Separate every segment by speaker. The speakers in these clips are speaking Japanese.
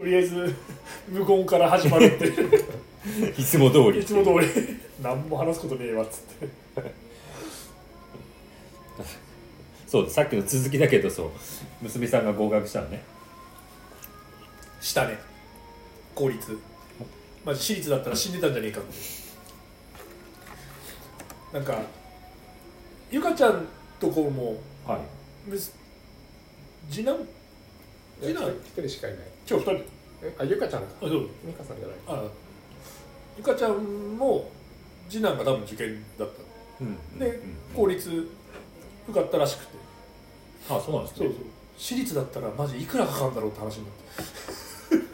Speaker 1: とりあえず 無言から始まるって
Speaker 2: いつも通り
Speaker 1: いつも通り何も話すことねえわっつって
Speaker 2: そうさっきの続きだけどそう娘さんが合格したのね
Speaker 1: したね公立マジ私立だったら死んでたんじゃねえかってなんかゆかちゃんとこも
Speaker 2: はい
Speaker 1: むす次男次
Speaker 3: 一
Speaker 1: 男
Speaker 3: 人しかいない
Speaker 1: 今日二人
Speaker 3: えあゆかちゃんか
Speaker 1: あそう
Speaker 3: 美香さんじゃない
Speaker 1: あゆかちゃんも次男が多分受験だった
Speaker 2: うん
Speaker 1: で
Speaker 2: うん
Speaker 1: 公立受かったらしくて
Speaker 2: あそうなんです
Speaker 1: そう
Speaker 2: ね
Speaker 1: そう私立だったらマジいくらかかるんだろうって話になって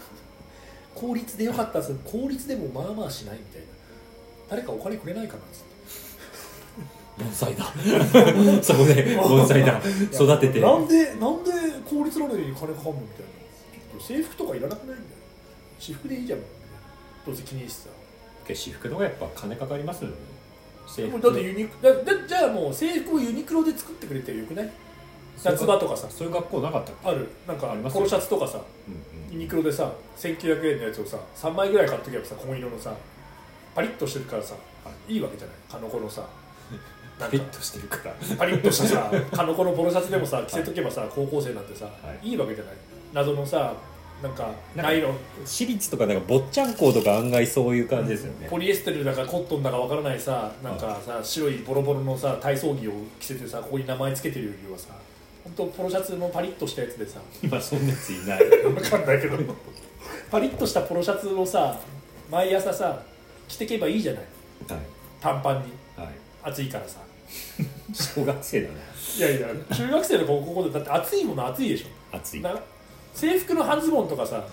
Speaker 1: 公立でよかったっす公立でもまあまあしないみたいな誰かお金くれないかなっつって
Speaker 2: 盆栽だ そこで盆 栽だ育てて
Speaker 1: なんでなんで公立なのに金かかんのみたいなちょっと制服とかいらなくないみたいな私服でいいじゃんみたいなどうせ気にして
Speaker 2: 私服の方がやっぱ金かかりますよね
Speaker 1: た
Speaker 2: 制
Speaker 1: もう
Speaker 2: 服
Speaker 1: だってユニクだだじゃあもう制服をユニクロで作ってくれてよくない夏場とかさ
Speaker 2: そういう学校なかったっけ
Speaker 1: あるなんか
Speaker 2: あります
Speaker 1: ポ
Speaker 2: よ
Speaker 1: ロシャツとかさ
Speaker 2: うん
Speaker 1: ユニクロでさ1900円のやつをさ3枚ぐらい買っとけばさ紺色のさパリッとしてるからさ
Speaker 2: はい
Speaker 1: いわけじゃないかのこの さなん
Speaker 2: パ
Speaker 1: か
Speaker 2: リッとしてるから
Speaker 1: パリッとした さかのこのポロシャツでもさ着せとけばさ高校生なんてさ
Speaker 2: はい
Speaker 1: いいわけじゃない謎のさなんか
Speaker 2: なんか
Speaker 1: ナイロン
Speaker 2: 私立とかなんか坊ちゃん校とか案外そういう感じですよね
Speaker 1: ポリエステルだかコットンだかわからないさなんかさ白いボロボロのさ体操着を着せてさここに名前つけてるよりはさ本当ポロシャツのパリッとしたやつでさ
Speaker 2: 今そんなやついない
Speaker 1: わかんないけどパリッとしたポロシャツをさ毎朝さ着てけばいいじゃない
Speaker 2: はい
Speaker 1: 短パンに
Speaker 2: はい
Speaker 1: 暑いからさ
Speaker 2: 小学生だね
Speaker 1: いやいや中学生の高校でだって暑いもの暑いでしょ
Speaker 2: 暑い
Speaker 1: な制服の半ズボンとかさ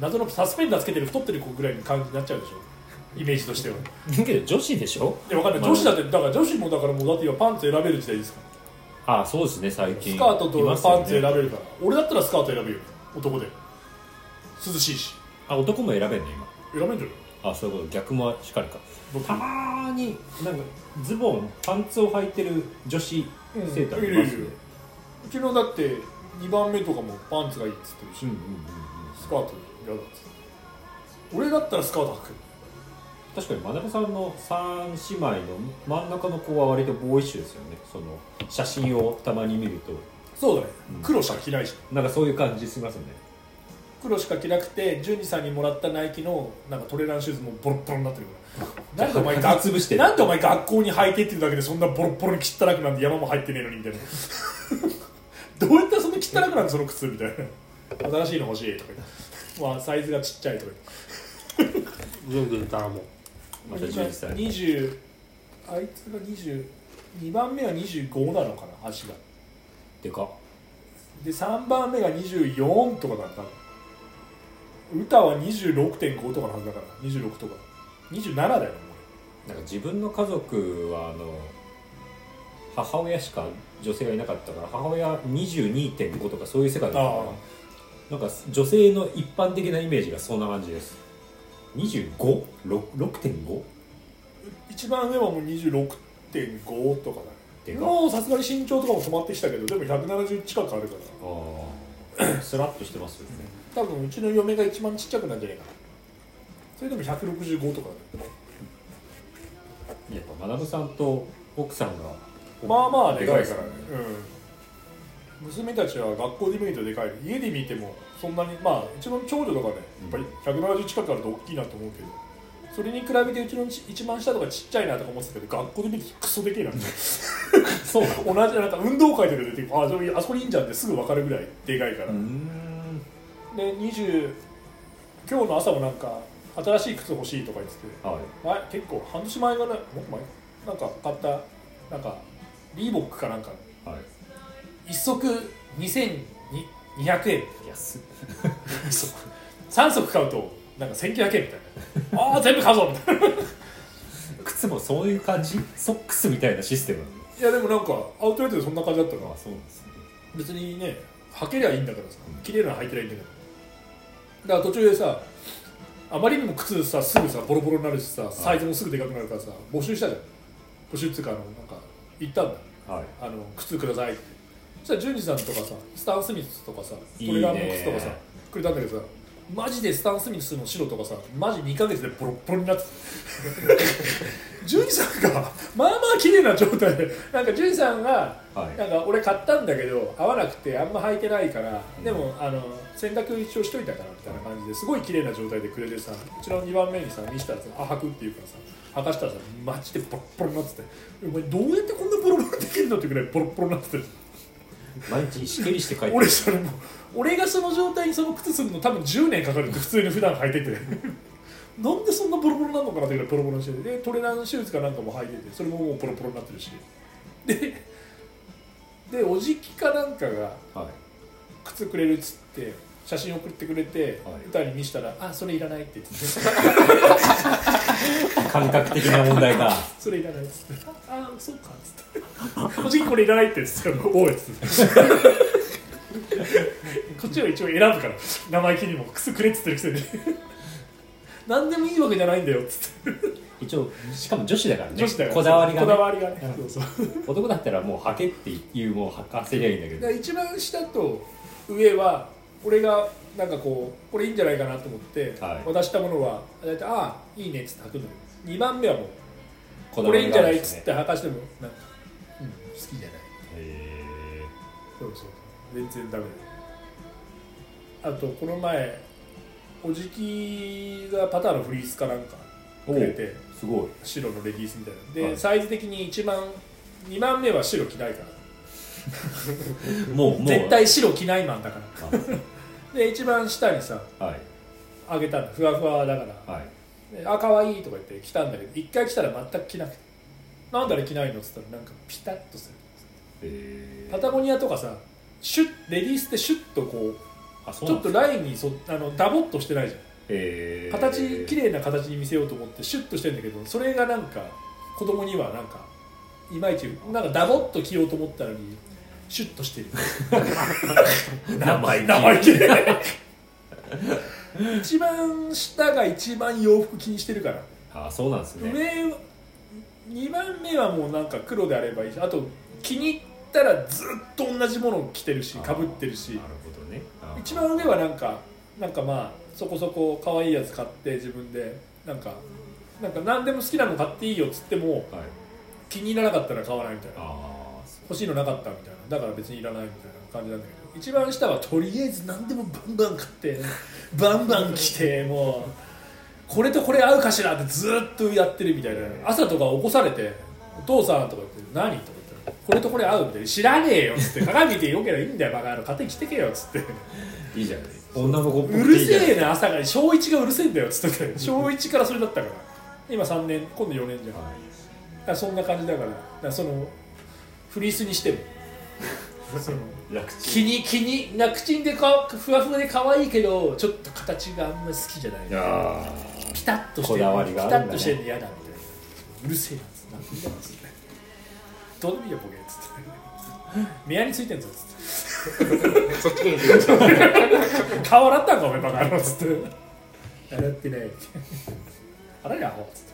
Speaker 1: 謎のサスペンダーつけてる太ってる子ぐらいの感じになっちゃうでしょイメージとしては
Speaker 2: だけど女子でしょ
Speaker 1: いやわかんない
Speaker 2: まあ
Speaker 1: 女子だってだから女子もだからもうだって今パンツ選べる時代ですから
Speaker 2: あそうですね最近
Speaker 1: スカート
Speaker 2: い
Speaker 1: と
Speaker 2: ますよね
Speaker 1: パンツ選べるから、俺だったらスカート選ぶよ男で涼しいし
Speaker 2: あ男も選べんの今
Speaker 1: 選べんじゃ
Speaker 2: あそういうこと逆もしかりか
Speaker 1: 僕
Speaker 2: たまーになんかズボンパンツを履いてる女子生徒いますね
Speaker 1: うちのだって2番目とかもパンツがいいっつってるし、
Speaker 2: うんうんうんうん
Speaker 1: スカート嫌だっつって俺だったらスカート履く
Speaker 2: 確かに真中さんの3姉妹の真ん中の子は割とボーイッシュですよねその写真をたまに見ると
Speaker 1: そうだね、
Speaker 2: うん
Speaker 1: 黒しか着ないし
Speaker 2: なんかそういう感じしますね
Speaker 1: 黒しか着なくて純二さんにもらったナイキのなんかトレランシューズもボロッボロになってる からなんでお前
Speaker 2: 履
Speaker 1: 学
Speaker 2: き潰してる
Speaker 1: なんでお前学校に履いてっていうだけでそんなボロッボロに汚くなんで山も入ってねえのにみたいな どうやったらそんな汚くなんのその靴みたいな新しいの欲しいとか言って、まあ、サイズがちっちゃいとか言って
Speaker 3: 全部いたらもう
Speaker 2: また11歳
Speaker 1: 二十あいつが22番目は25なのかな足が
Speaker 2: でかっ
Speaker 1: で3番目が24とかだったの歌は26.5とかのはずだから26とか27だよね
Speaker 2: なんか自分の家族はあの母親しか女性がいなかったから母親22.5とかそういう世界だったか
Speaker 1: あ
Speaker 2: らなんか女性の一般的なイメージがそんな感じです 25?6.5?
Speaker 1: 一番上はもう26.5とかだね
Speaker 2: でかっ
Speaker 1: もうさすがに身長とかも止まってきたけどでも170近くあるから
Speaker 2: ああ スラッとしてますよね
Speaker 1: 多分うちの嫁が一番ちっちゃくなんじゃないかなそれでも165とかだね
Speaker 2: やっぱ学さんと奥さんが
Speaker 1: まあまあでかい
Speaker 2: で
Speaker 1: か
Speaker 2: からら
Speaker 1: ね
Speaker 2: ね、
Speaker 1: うん、娘たちは学校で見るとでかい家で見てもそんなにまあうちの長女とかねやっぱり170近くあると大きいなと思うけどそれに比べてうちのち一番下とかちっちゃいなとか思ってたけど学校で見るとクソでけえな って
Speaker 2: そう
Speaker 1: 同じなんか運動会とか出てあそれあそこにいいんじゃんってすぐ分かるぐらいでかいから、
Speaker 2: ーん
Speaker 1: で20今日の朝もなんか新しい靴欲しいとか言ってて
Speaker 2: はい
Speaker 1: 前結構半年前ぐらいもっと前なんか買ったなんかリーボックかなんか
Speaker 2: はい
Speaker 1: 一足2200円
Speaker 2: 安っ
Speaker 1: 3足買うとなんか1900円みたいなああ全部買うぞみたいな
Speaker 2: 靴もそういう感じソックスみたいなシステムなんだ
Speaker 1: いやでもなんかアウトレットでそんな感じだったから
Speaker 2: あそうなんですね
Speaker 1: 別にね履けりゃいいんだからさ綺麗なの履いてりゃいいんだからだから途中でさあまりにも靴さすぐさボロボロになるしさサイズもすぐでかくなるからさ募集したじゃん募集っていうかあのなんか行ったんだ
Speaker 2: はい
Speaker 1: あの靴くださいってそしたらジュニさんとかさスタン・スミスとかさト
Speaker 2: いい
Speaker 1: レ
Speaker 2: ね
Speaker 1: ランボックスとかさくれたんだけどさマジでスタン・スミスの白とかさマジ2ヶ月でボロッボロになってたジュニさんが まあまあ綺麗な状態でなんかジュニさんが
Speaker 2: はい
Speaker 1: なんか俺買ったんだけど合わなくてあんま履いてないからでもあの洗濯一応しといたからみたいな感じですごい綺麗な状態でくれてさうちの2番目にさ見したらさあ履くっていうからさ履かしたらさマジでボロッボロになっててお前どうやってこんなボロボロできるのってくらいボロッボロになってて
Speaker 2: 毎日しけりして帰っ て
Speaker 1: 俺それもう俺がその状態にその靴するの多分10年かか るって普通に普段履いてて なんでそんなボロボロなのかなってぐらいボロボロにしててでトレーナーのシューズかなんかも履いててそれももうボロボロになってるしででおじきかなんかが
Speaker 2: はい
Speaker 1: 靴くれるっつって写真送ってくれて、
Speaker 2: はい
Speaker 1: 歌に見せたら「あそれいらない」って言って
Speaker 2: 感覚的な問題が
Speaker 1: それいらないっつって「ああそうか」っつって「正直これいらない」って言ってたから「おい」っつってこっちは一応選ぶから生意気にも「くすくれ」っつってるくせに何でもいいわけじゃないんだよっつって
Speaker 2: 一応しかも女子だからね
Speaker 1: 女子だから
Speaker 2: こだわりが、
Speaker 1: こ
Speaker 2: ね
Speaker 1: だ、わりがねそうそう
Speaker 2: 男だったらもうはけっていうもうはかせりゃいいんだけ
Speaker 1: だか
Speaker 2: ど
Speaker 1: ら一番下と上は俺がなんかこうこれいいんじゃないかなと思って
Speaker 2: はい
Speaker 1: 渡したものは大体「ああいいね」っつって履くのよ2番目はもう
Speaker 2: こ
Speaker 1: これいいんじゃないっ
Speaker 2: で
Speaker 1: つ
Speaker 2: す
Speaker 1: っ
Speaker 2: ね
Speaker 1: て履かしてもなんか、うん、好きじゃない
Speaker 2: へ
Speaker 1: そうそう全然ダメだよあとこの前おじきがパターのフリースかなんか
Speaker 2: ー
Speaker 1: くれて
Speaker 2: おすごい
Speaker 1: 白のレディースみたいなで、
Speaker 2: はい
Speaker 1: サイズ的に一番2番目は白着ないから
Speaker 2: もうもう
Speaker 1: 絶対白着ないマンだからで一番下にさ
Speaker 2: あはい
Speaker 1: あげたのふわふわだから
Speaker 2: はい
Speaker 1: であ可愛いとか言って着たんだけど一回着たら全く着なくてなんだあれ着ないのっつったらなんかピタッとする
Speaker 2: へ
Speaker 1: パタゴニアとかさシュッレディースってシュッとこ
Speaker 2: ーあ
Speaker 1: う
Speaker 2: そう
Speaker 1: ちょ
Speaker 2: なん
Speaker 1: っ
Speaker 2: で
Speaker 1: と
Speaker 2: すか
Speaker 1: ラインにそあのダボっとしてないじゃん
Speaker 2: へー
Speaker 1: 形綺麗な形に見せようと思ってシュッとしてんだけどそれがなんか子供にはなんかいまいちなんかダボっと着ようと思ったのにシュッとしてる
Speaker 2: 生意気
Speaker 1: 生意気で一番下が一番洋服気にしてるから
Speaker 2: あそうなんですね
Speaker 1: 上は2番目はもうなんか黒であればいいしあと気に入ったらずっと同じものを着てるしかぶってるし
Speaker 2: なるほどねあ
Speaker 1: 一番上はなんかなんかまあそこそこ可愛いやつ買って自分でなんかなんか何でも好きなの買っていいよっつっても
Speaker 2: はい
Speaker 1: 気に入らなかったら買わないみたいな
Speaker 2: ああそう
Speaker 1: 欲しいのなかったみたいなだから別にいらないみたいな感じなんだけど一番下はとりあえず何でもバンバン買ってバンバン着てもうこれとこれ合うかしらってずっとやってるみたいな朝とか起こされて「お父さん」とか言って「何?」とか言ったら「これとこれ合う」みたいな「知らねえよ」っつって鏡見てよければいいんだよバカ野郎勝手に着てけよっつって。
Speaker 2: いいじゃない女の子っぽくて
Speaker 1: うる
Speaker 2: いいじゃない
Speaker 1: せえな朝から小1がうるせえんだよっつってて小1からそれだったから今3年今度4年じゃんだか
Speaker 2: はい
Speaker 1: らそんな感じだからだからそのフリースに してもその
Speaker 2: 楽ち
Speaker 1: 気に気に楽ちんでかふわふわで可愛いけどちょっと形があんまり好きじゃない
Speaker 2: んいやー
Speaker 1: ピタッとして
Speaker 2: こだわりがあるんだね
Speaker 1: ピタッとしてんの嫌だみたいなうるせえなっつってなんでだっつってどうでもいいよボケっつって 目やについてんぞっつって
Speaker 3: そっちに行く
Speaker 1: 顔洗ったんかお前バカ野郎っつって洗ってない洗いアホっつって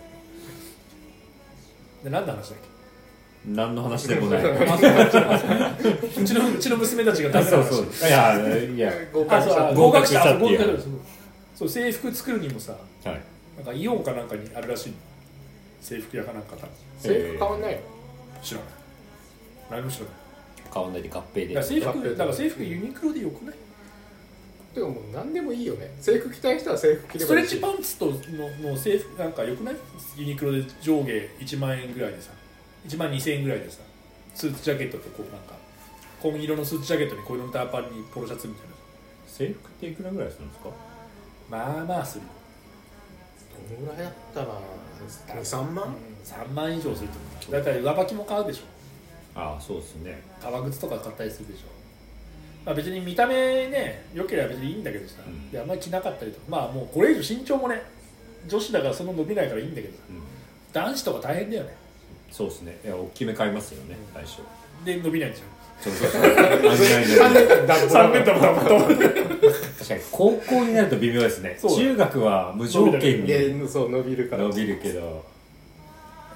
Speaker 1: で何の話だっ
Speaker 2: 何の話でも ない
Speaker 1: けうちのうちの娘たちがダ
Speaker 2: あ
Speaker 1: メな
Speaker 2: そう
Speaker 1: 話
Speaker 2: そういやいや
Speaker 3: 合
Speaker 1: あ
Speaker 3: 格
Speaker 1: そう
Speaker 3: した
Speaker 1: あ合
Speaker 2: 合
Speaker 1: 格
Speaker 2: 格
Speaker 1: し
Speaker 2: したた
Speaker 1: あ
Speaker 2: って
Speaker 1: 合
Speaker 2: いう
Speaker 1: 格そうそう制服作るにもさ
Speaker 2: はい
Speaker 1: なんかイオンかなんかにあるらしいの制服屋かなんか多分
Speaker 3: 制服変わんないよ
Speaker 1: 知らない何も知らない
Speaker 2: 買わないで合併
Speaker 1: だ
Speaker 2: で
Speaker 1: から制
Speaker 3: ラップ
Speaker 1: 服だから制服ユニクロでよくない
Speaker 3: てかもう何でもいいよね制服着たい人は制服着れ
Speaker 1: スト
Speaker 3: ば
Speaker 1: レ
Speaker 3: いい
Speaker 1: ッ
Speaker 3: し
Speaker 1: チパンツとのの制服なんかよくないユニクロで上下1万円ぐらいでさ1万2000円ぐらいでさスーツジャケットとこうなんか紺色のスーツジャケットにこういうのターパンにポロシャツみたいな
Speaker 2: 制服っていくらぐらいするんですか
Speaker 1: まあまあする
Speaker 3: どのぐらいだったら23万
Speaker 1: 3万円以上すると思うだから上履きも買うでしょ
Speaker 2: ああそうですね
Speaker 1: 革靴とか買ったりするでしょまあ別に見た目ね良ければ別にいいんだけどさ、
Speaker 2: うん
Speaker 1: であんまり着なかったりとかまあもうこれ以上身長もね女子だからその伸びないからいいんだけどさ
Speaker 2: うん
Speaker 1: 男子とか大変だよね
Speaker 2: そうですねいや大きめ買いますよね最初
Speaker 1: で伸びないんですよ
Speaker 2: そうそう そう確
Speaker 1: 3年とも 黙っと
Speaker 2: かに高校になると微妙ですね
Speaker 1: そうだ
Speaker 2: 中学は無条件に
Speaker 3: でそう伸びるから
Speaker 2: 伸びるけど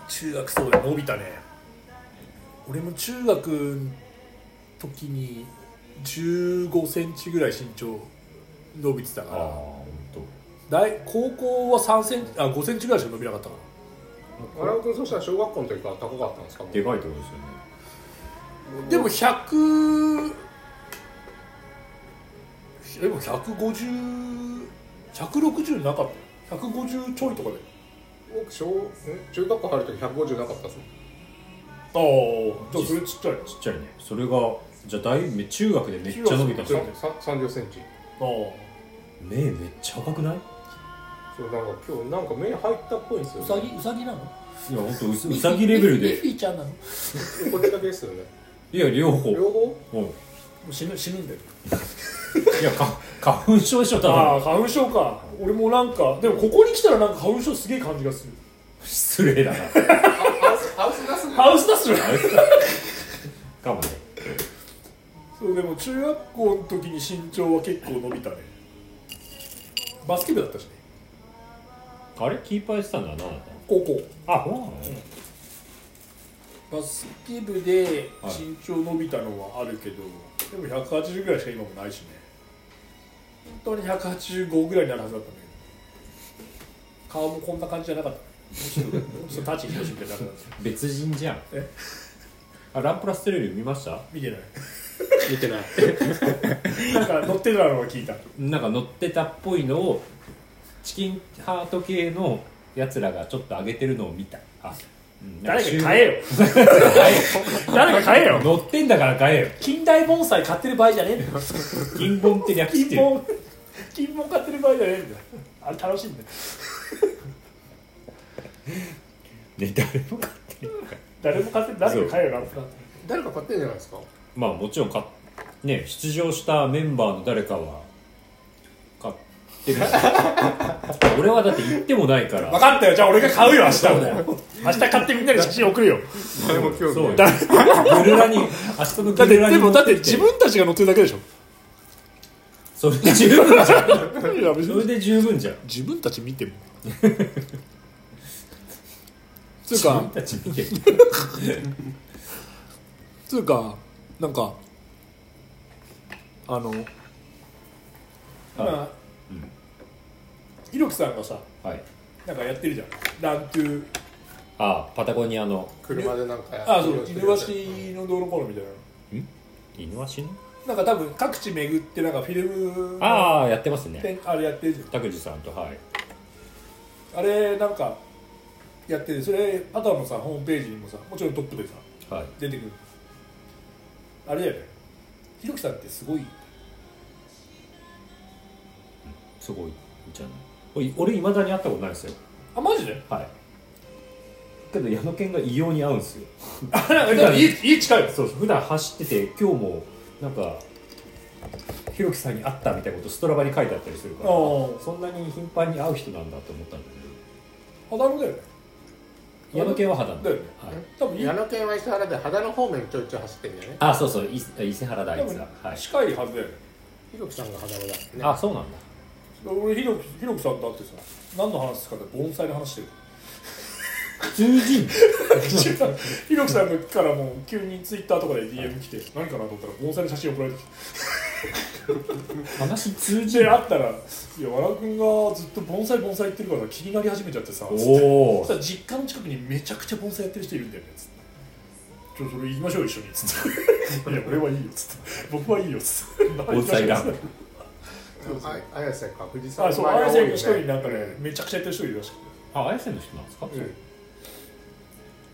Speaker 1: 中学そうだ伸びたね俺も中学の時に1 5ンチぐらい身長伸びてた
Speaker 2: あ
Speaker 1: か
Speaker 2: あ
Speaker 1: ら
Speaker 2: も
Speaker 1: 大高校は3センチあ5センチぐらいしか伸びなかったか
Speaker 3: 荒尾君そしたら小学校の時から高かったんですか
Speaker 2: でかいってことですよね
Speaker 1: らでも100でも150160なかった150ちょいとかで
Speaker 3: 僕小ん中学校入る時150なかったですもん
Speaker 1: ああじゃあそれちっちゃい
Speaker 2: ちっちゃいねそれがじゃあ大中学でめっちゃ伸びたんです
Speaker 3: そ
Speaker 2: よ
Speaker 3: うさ30センチ
Speaker 1: ああ
Speaker 2: 目めっちゃ赤くない
Speaker 3: そうなんか今日なんか目入ったっぽいんですよ、
Speaker 1: う
Speaker 3: ね、
Speaker 1: さぎうさぎなの
Speaker 2: いや本当うさうさぎレベル
Speaker 1: ミッ
Speaker 2: で
Speaker 1: フィーちゃんなのも
Speaker 3: これだけですよね
Speaker 2: いや両方
Speaker 3: 両方
Speaker 2: うんいう
Speaker 1: 死ぬ死ぬんだよ
Speaker 2: やか花粉症でしょ多
Speaker 1: あ
Speaker 2: 分
Speaker 1: あ花粉症か俺もなんかでもここに来たらなんか花粉症すげえ感じがする
Speaker 2: 失礼だな
Speaker 3: ハウスハウス出す
Speaker 1: ハウスダッシュ
Speaker 2: あれかもね
Speaker 1: そうでも中学校の時に身長は結構伸びたねバスケ部だったしね
Speaker 2: あれキーパーやってたんだなあな
Speaker 1: 高校
Speaker 2: たあほら
Speaker 1: バスケ部で
Speaker 2: はい
Speaker 1: 身長伸びたのはあるけど、でも180ぐらいしか今もないしね本当に185ぐらいになるはずだったんだけど顔もこんな感じじゃなかったねもうちょっともうちょっと舘ひろしみたいになってたんですよ
Speaker 2: 別人じゃん
Speaker 1: え
Speaker 2: あランプラステレビ見ました
Speaker 1: 見 てない
Speaker 3: 見てない
Speaker 1: なんか乗ってたのは聞いた
Speaker 2: なんか乗ってたっぽいのをチキンハート系のやつらがちょっと上げてるのを見たあ、うんなん
Speaker 1: 誰
Speaker 2: 中
Speaker 1: か買え よ誰か買えよ
Speaker 2: 乗ってんだから買えよ
Speaker 1: 近代盆栽買ってる場合じゃねえんだ よ
Speaker 2: 金本って略して
Speaker 1: 金
Speaker 2: る
Speaker 1: 本金本買ってる場合じゃねえんだよあれ楽しいんだよ
Speaker 2: ね誰も買ってる
Speaker 1: 誰も買って誰か買えよなって
Speaker 3: 誰か買ってんじゃないですか
Speaker 2: まあもちろん買っね出場したメンバーの誰かは買ってるし俺はだって行ってもないから
Speaker 1: 分かったよじゃあ俺が買うよ明日も 明日買ってみんなに写真送るよ
Speaker 3: 誰も興味
Speaker 2: そうよ
Speaker 3: ない
Speaker 2: グルラに明日の
Speaker 1: だ
Speaker 2: グ
Speaker 1: って
Speaker 2: ルラに
Speaker 1: でもだ って
Speaker 2: 持き
Speaker 1: 自分たちが乗ってるだけでしょ
Speaker 2: それで十分じゃん
Speaker 1: いや別
Speaker 2: それ
Speaker 1: に
Speaker 2: で十分じゃん
Speaker 1: 自分たち見て もつう
Speaker 2: 自
Speaker 1: か
Speaker 2: 分たち見てる
Speaker 1: つうかなんかあの今、
Speaker 2: は
Speaker 1: ひろきさんがさ
Speaker 2: い、はい、
Speaker 1: なんかやってるじゃんラントゥー
Speaker 2: あパタゴニアの
Speaker 3: 車でなんかやって
Speaker 1: あそう
Speaker 3: る
Speaker 1: 犬鷲の道路コロみたいな
Speaker 2: イノワシの
Speaker 1: なんか多分各地巡ってなんかフィルムの
Speaker 2: ああやってますね
Speaker 1: 展あれやってるじゃん
Speaker 2: 拓司さんとはい
Speaker 1: あれなんかやってるそれパターのさホームページにもさもちろんトップでさ
Speaker 2: はい
Speaker 1: 出てくるあれだよねひろきさんってすごい
Speaker 2: すごいじゃない俺俺いまだに会ったことないんですよ
Speaker 1: あマジで
Speaker 2: はいけど矢野健が異様に合うんですよ
Speaker 1: あなんか家家近いよ
Speaker 2: そう普段走ってて今日もなんかひろきさんに会ったみたいなことストラバに書いてあったりするから
Speaker 1: あー
Speaker 2: そんなに頻繁に会う人なんだと思ったんだけ
Speaker 1: 肌のだよね
Speaker 2: ど矢野健は肌の
Speaker 1: だよね
Speaker 2: はい
Speaker 1: 多分い
Speaker 3: 矢野県は石原で肌の方面ちょいちょい走ってんだよね
Speaker 2: あそうそうい伊勢原だあ
Speaker 1: 多
Speaker 2: いつらは
Speaker 1: 分
Speaker 2: い
Speaker 1: 近いはずだよね
Speaker 3: ひろきさんが肌のだね
Speaker 2: あそうなんだ
Speaker 1: 俺ひろきひろきさんと会ってさ何の話ですかって盆栽の話 してる
Speaker 2: 通じん
Speaker 1: ひろきさんからもう急にツイッターとかで DM 来て何かなと思ったら盆栽の写真送られてきて
Speaker 2: 話通じ
Speaker 1: で
Speaker 2: ん
Speaker 1: 会ったら「いや和田君がずっと盆栽盆栽言ってるから気になり始めちゃってさ」つって
Speaker 2: お
Speaker 1: そ
Speaker 2: お
Speaker 1: したら実家の近くにめちゃくちゃ盆栽やってる人いるんだよねつって「ちょそれ行きましょう一緒に」つ って「いや俺はいいよ」つって「僕はいいよ」つって
Speaker 2: 盆栽ラン
Speaker 1: そう
Speaker 3: あ綾瀬か藤
Speaker 1: そう
Speaker 3: 沢
Speaker 1: あそうあれ一人になんかねめちゃくちゃやってる人いるらしくて
Speaker 2: あ綾瀬の人なんですか、
Speaker 3: うん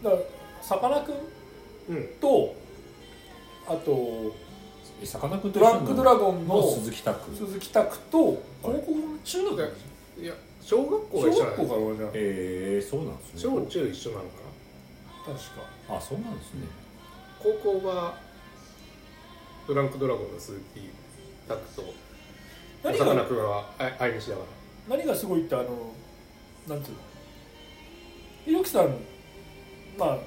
Speaker 1: だからさかなクン
Speaker 3: うん
Speaker 1: とあと
Speaker 2: えさかなクンと
Speaker 1: ド
Speaker 2: 一緒
Speaker 1: ラ
Speaker 2: な
Speaker 1: ッ
Speaker 2: の
Speaker 1: グドラゴン
Speaker 2: の
Speaker 1: の
Speaker 2: 鈴木拓
Speaker 1: 鈴木拓と高校中学
Speaker 3: はいいや小学校
Speaker 1: 小
Speaker 3: が一緒
Speaker 1: 学校
Speaker 3: なん
Speaker 1: か
Speaker 3: だ
Speaker 1: ら俺じゃん確
Speaker 2: えー、そうなんです
Speaker 3: 小
Speaker 2: ね
Speaker 3: 中一緒なのかな
Speaker 1: か
Speaker 2: あそうなんですね
Speaker 3: 高校はドランクドラゴンの鈴木拓と
Speaker 1: 何
Speaker 3: さかな
Speaker 1: が
Speaker 3: クンはあ相見しながら
Speaker 1: 何がすごいってあのなんていうのひろきさんまあ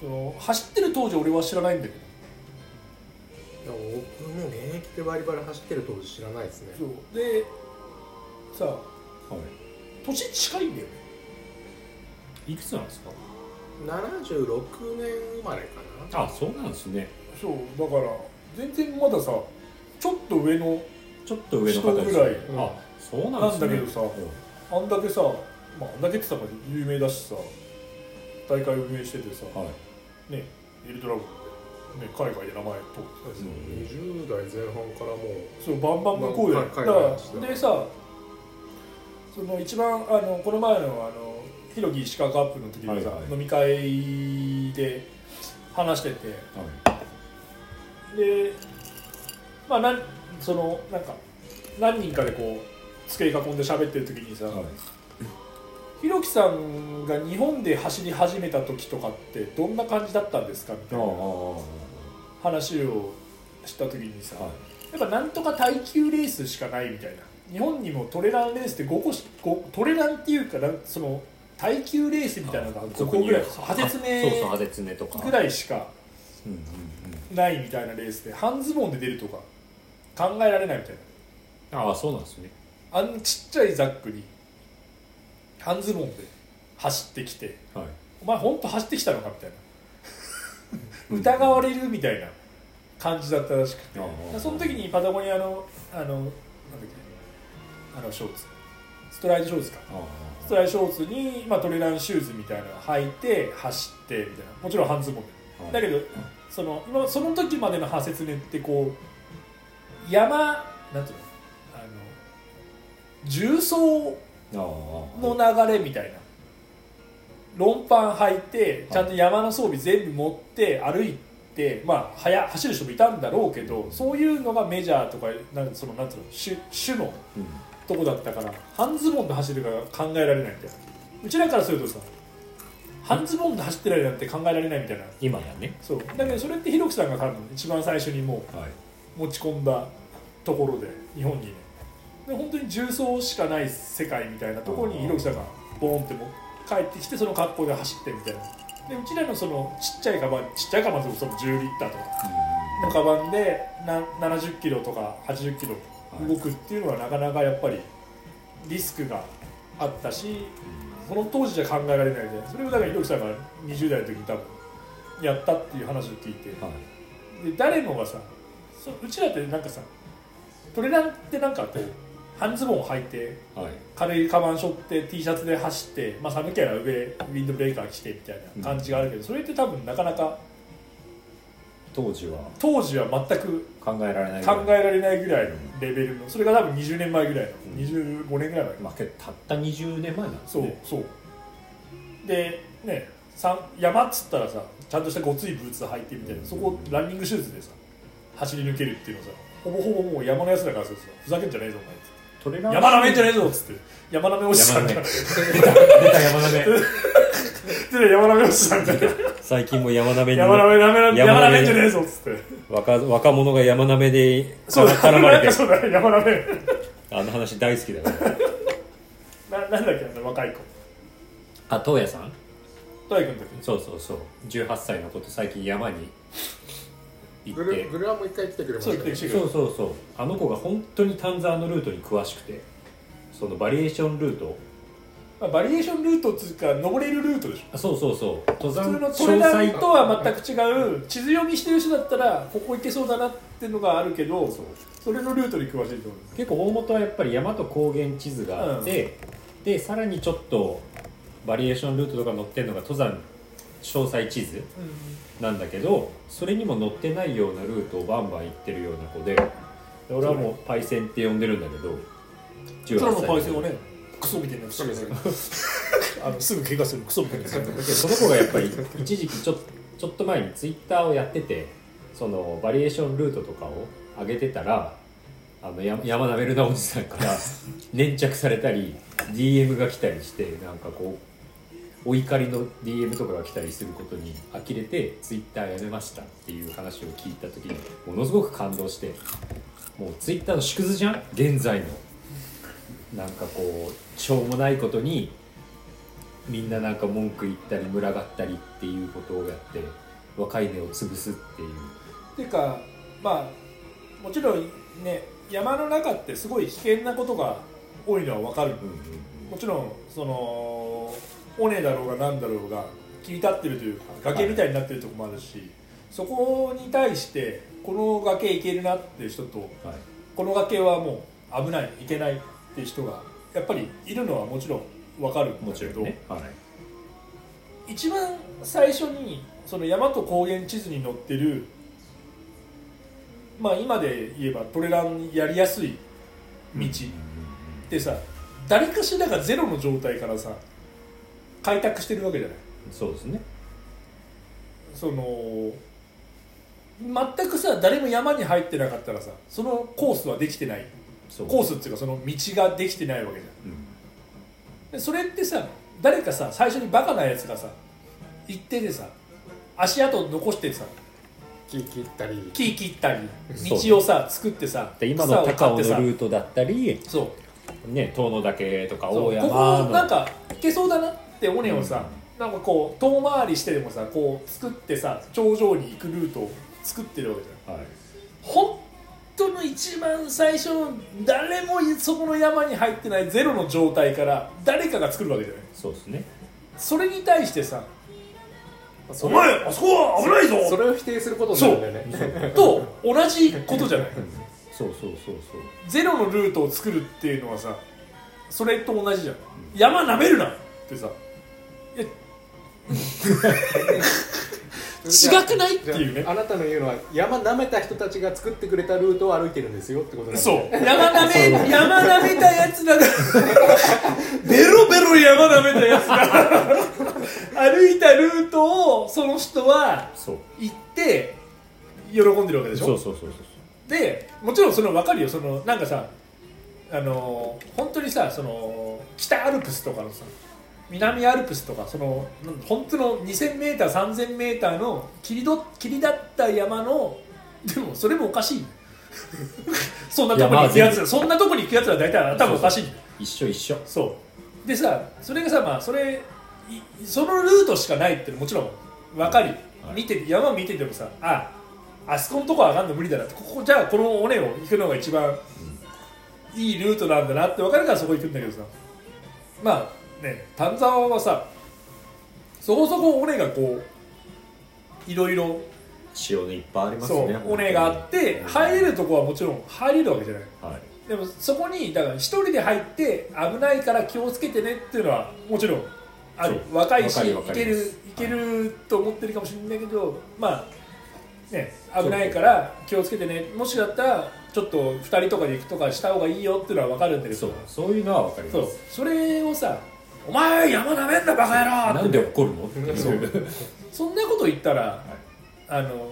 Speaker 1: その走ってる当時俺は知らないんだけど
Speaker 3: いや僕も現役でバリバリ走ってる当時知らないですね
Speaker 1: そうでさあ
Speaker 2: は
Speaker 1: 年近いんだよね
Speaker 2: いいくつなんですか
Speaker 3: 76年生まれかな
Speaker 2: あそうなんですね
Speaker 1: そうだから全然まださちょっと上の
Speaker 2: ちょっと上の方です
Speaker 1: 人ぐらい
Speaker 2: あそうな
Speaker 1: な
Speaker 2: んですね
Speaker 1: んだけどさあんだけさ、まあ、あんだけって言ったら有名だしさ大会運営しててさ、
Speaker 2: うんはい
Speaker 1: ねエルドラゴン、ね、海外で名前取ってたし
Speaker 3: 20代前半からもう
Speaker 1: そうバンバン向こうで、
Speaker 3: まあ
Speaker 1: だ
Speaker 3: 海
Speaker 1: か
Speaker 3: 外の人
Speaker 1: らでさその一番あのこの前のあのヒロギシカカップの時にさ、
Speaker 2: はいはい
Speaker 1: 飲み会で話してて
Speaker 2: は
Speaker 1: でまあなんそのなんか何人かでこう机囲んで喋ってる時にさ、
Speaker 2: いはい
Speaker 1: ひろきさんが日本で走り始めた時とかってどんな感じだったんですかみ
Speaker 2: あ
Speaker 1: た
Speaker 2: あ
Speaker 1: い
Speaker 2: あああ
Speaker 1: な話をした時にさ、
Speaker 2: あはい
Speaker 1: やっぱなんとか耐久レースしかないみたいな日本にもトレランレースって5個し5トレランっていうかなんその耐久レースみたいなのが5個ぐらい
Speaker 2: 俗に言う
Speaker 1: 破絶
Speaker 2: そうそう
Speaker 1: 名
Speaker 2: ハゼツネとか
Speaker 1: ぐらいしか
Speaker 2: うんうんうん
Speaker 1: ないみたいなレースで半ズボンで出るとか考えられないみたいな
Speaker 2: ああそうなんですね
Speaker 1: あのちっちゃいザックに半ズボンで走ってきて
Speaker 2: はい
Speaker 1: お前本当走ってきたのかみたいな
Speaker 2: うん
Speaker 1: 疑われるみたいな感じだったらしくて
Speaker 2: ああ
Speaker 1: その時にパタゴニアのあのなんだっけあのショーツストライドショーツか
Speaker 2: ああ
Speaker 1: ストライドショーツに、まあ、トレランシューズみたいなの履いて走ってみたいなもちろん半ズボンで
Speaker 2: はい
Speaker 1: だけどその今その時までの派説明ってこう山なんていうのあの重曹
Speaker 2: ああ
Speaker 1: の流れみたいな論パン履いてちゃんと山の装備全部持って歩いてまあ速走る人もいたんだろうけどそういうのがメジャーとかなんかそのなんつうの主主の
Speaker 2: うん
Speaker 1: とこだったから半ズボンで走るから考えられないみたいなうちらからするとさ半ズボンで走ってる間なんて考えられないみたいな
Speaker 2: 今やね
Speaker 1: そうだけどそれってひろきさんが多分一番最初にもう
Speaker 2: はい
Speaker 1: 持ち込んだところで日本にねで本当に重曹しかない世界みたいなところに
Speaker 2: うん
Speaker 1: ひろきさんがボーンってもう帰ってきてその格好で走ってみたいなでうちらのそのちっちゃいカバンちっちゃいカバンですよその10リッターとかのカバンでな70キロとか80キロ動くっていうのはなかなかやっぱりリスクがあったしその当時じゃ考えられないみたいなそれをだからひろきさんが20代の時に多分やったっていう話を聞いて、
Speaker 2: はい
Speaker 1: で誰もがさそううちらってなんかさトレランってなんかこう半ズボン履いて
Speaker 2: はい
Speaker 1: 軽いカバン背負って T シャツで走って、まあ、寒ければ上ウィンドブレーカー着てみたいな感じがあるけど、それって多分なかなか
Speaker 2: 当時は
Speaker 1: 当時は全く
Speaker 2: 考えられないぐらい
Speaker 1: 考えられないぐらいのレベルのそれが多分20年前ぐらいの、
Speaker 2: うん
Speaker 1: 25年ぐらい前
Speaker 2: まあ、けどたった20年前なんです
Speaker 1: そう
Speaker 2: ね
Speaker 1: そうでね山山っつったらさちゃんとしたごついブーツ履いてみたいな、
Speaker 2: うん
Speaker 1: そこをランニングシューズでさ走り抜けるっていうのさほぼほぼもう山のやつだからさふざけんじゃねえぞお
Speaker 2: トレラン
Speaker 1: 前山なめんじゃねえぞっつって山なめおじさんが
Speaker 2: 山な出た出た山鍋
Speaker 1: 山なめおじさんが
Speaker 2: 最近も山鍋に
Speaker 1: 山なめなめなめ
Speaker 2: 山
Speaker 1: 山
Speaker 2: な
Speaker 1: な
Speaker 2: め
Speaker 1: めんじゃねえぞっつって
Speaker 2: 若若者が山鍋で
Speaker 1: そうだ
Speaker 2: 絡ま
Speaker 1: なん
Speaker 2: れ
Speaker 1: か
Speaker 2: て
Speaker 1: そうだ山なめ
Speaker 2: あの話大好きだから
Speaker 1: ななんだっけあの若い子
Speaker 2: あ東也さん
Speaker 1: 大君の時
Speaker 2: そうそうそう18歳の子と最近山に行
Speaker 3: グ
Speaker 2: っ
Speaker 3: ル
Speaker 2: て
Speaker 3: グルはもう一回来てくれました
Speaker 1: そう来てくれ
Speaker 2: そうそうそうあの子が本当に丹沢のルートに詳しくてそのバリエーションルート
Speaker 1: まあバリエーションルートっつうか登れるルートでしょ
Speaker 2: あそうそうそう登
Speaker 1: 普
Speaker 2: 山
Speaker 1: 通の
Speaker 2: 詳
Speaker 1: トレラン
Speaker 2: 細
Speaker 1: とは全く違う地図読みしてる人だったらここ行けそうだなっていうのがあるけど
Speaker 2: そう
Speaker 1: それのルートに詳しいと思う
Speaker 2: 結構大元はやっぱり山と高原地図があって、でさらにちょっとバリエーションルートとか載ってるのが登山詳細地図なんだけどそれにも載ってないようなルートをバンバン行ってるような子でで俺はもうパイセンって呼んでるんだけど
Speaker 1: うんそれも
Speaker 2: 18歳
Speaker 1: パイセンをねクソみたいなクソみたいなあのすぐ怪我するクソみたいな
Speaker 2: だけどその子がやっぱり一時期ちょちょっと前にツイッターをやっててそのバリエーションルートとかを上げてたらあのや山田ベルナおじさんから粘着されたり DM が来たりしてなんかこうお怒りの DM とかが来たりすることに呆れてツイッターやめましたっていう話を聞いた時にものすごく感動してもうツイッターの縮図じゃん現在のなんかこうしょうもないことにみんななんか文句言ったり群がったりっていうことをやって若い芽を潰すっていう
Speaker 1: っていうかまあもちろんね山の中ってすごい危険なことが多いのは分かる
Speaker 2: うんうん
Speaker 1: もちろんその尾根だろうが何だろうが切り立ってるというか崖みたいになってるとこもあるし、そこに対してこの崖行けるなっていう人と
Speaker 2: うんはい
Speaker 1: この崖はもう危ない行けないって人がやっぱりいるのはもちろん分かるん
Speaker 2: も
Speaker 1: だ
Speaker 2: ち
Speaker 1: け
Speaker 2: ろ
Speaker 1: ど、
Speaker 2: んねはい
Speaker 1: 一番最初にその山と高原地図に載ってるまあ今で言えばトレランやりやすい道ってさ誰かしらがゼロの状態からさ開拓してるわけじゃない
Speaker 2: そうですね
Speaker 1: その全くさ誰も山に入ってなかったらさそのコースはできてない
Speaker 2: そう
Speaker 1: コースっていうかその道ができてないわけじゃん
Speaker 2: うん
Speaker 1: でそれってさ誰かさ最初にバカなやつがさ行ってでさ足跡残してさ
Speaker 3: 木切ったり
Speaker 1: 木切ったり
Speaker 2: そう
Speaker 1: 道をさ作ってさ
Speaker 2: で今の
Speaker 1: 草
Speaker 2: 高
Speaker 1: を刈
Speaker 2: 尾の
Speaker 1: ってさ
Speaker 2: ルートだったり
Speaker 1: そう
Speaker 2: ね遠野岳とか
Speaker 1: そ
Speaker 2: 大
Speaker 1: う
Speaker 2: 山
Speaker 1: こ
Speaker 2: の
Speaker 1: こなんかいけそうだなって尾根をさ、なんかこう遠回りしてでもさこう作ってさ頂上に行くルートを作ってるわけじゃん
Speaker 2: はい
Speaker 1: 本当の一番最初の誰もそこの山に入ってないゼロの状態から誰かが作るわけじゃない
Speaker 2: そうですね
Speaker 1: それに対してさ「
Speaker 3: そ
Speaker 1: お
Speaker 3: れ
Speaker 1: 前あそこは危ないぞ!」
Speaker 3: それを否定することになるんだよね
Speaker 1: と同じことじゃない
Speaker 2: そうそうそうそう
Speaker 1: ゼロのルートを作るっていうのはさそれと同じじゃん山なめるなってさいや違くないっていう
Speaker 3: じゃ
Speaker 1: ね
Speaker 3: ああなたの言うのは山舐めた人たちが作ってくれたルートを歩いてるんですよってことなんだ
Speaker 1: そ
Speaker 3: よ
Speaker 1: う
Speaker 3: ね
Speaker 1: 山なめ山なめたやつだがベロベロ山なめたやつが歩いたルートをその人は
Speaker 2: そう
Speaker 1: 行って喜んでるわけでしょ
Speaker 2: そうそうそうそう
Speaker 1: でもちろんその分かるよそのなんかさあのー本当にさその北アルプスとかのさ南アルプスとかそのなん本当の 2000m3000m の切りど切り立った山のでもそれもおかしい そんなとこに行くやつ
Speaker 2: いやまあ全然
Speaker 1: そんなとこに行くやつは大体頭おかしい
Speaker 2: 一緒一緒
Speaker 1: そうでさそれがさまあそれいそのルートしかないってもちろん分かり、
Speaker 2: はい
Speaker 1: 見て山見ててもさああそこのとこ上がるの無理だなってここじゃあこの尾根を行くのが一番いいルートなんだなって分かるからそこ行くんだけどさまあね丹沢はさそこそこ尾根がこういろいろ
Speaker 2: 塩でいっぱいあります
Speaker 1: そ
Speaker 2: ね
Speaker 1: う尾根があって入れるとこはもちろん入れるわけじゃない
Speaker 2: はい
Speaker 1: でもそこにだから一人で入って危ないから気をつけてねっていうのはもちろんある
Speaker 2: そう
Speaker 1: 若いし
Speaker 2: わかるわ
Speaker 1: い
Speaker 2: か
Speaker 1: け
Speaker 2: りま
Speaker 1: る
Speaker 2: す
Speaker 1: いけると思ってるかもしれないけどまあね危ないから気をつけてねもしだったらちょっと2人とかで行くとかした方がいいよっていうのは分かるんだけど
Speaker 2: そうそういうのはわかり
Speaker 1: そう
Speaker 2: ます
Speaker 1: それをさ「お前山なめんなバカ野
Speaker 2: な
Speaker 1: 郎!」
Speaker 2: ん
Speaker 1: っ
Speaker 2: で
Speaker 1: て
Speaker 2: 怒るのっていう
Speaker 3: そう
Speaker 1: そんなこと言ったら、あの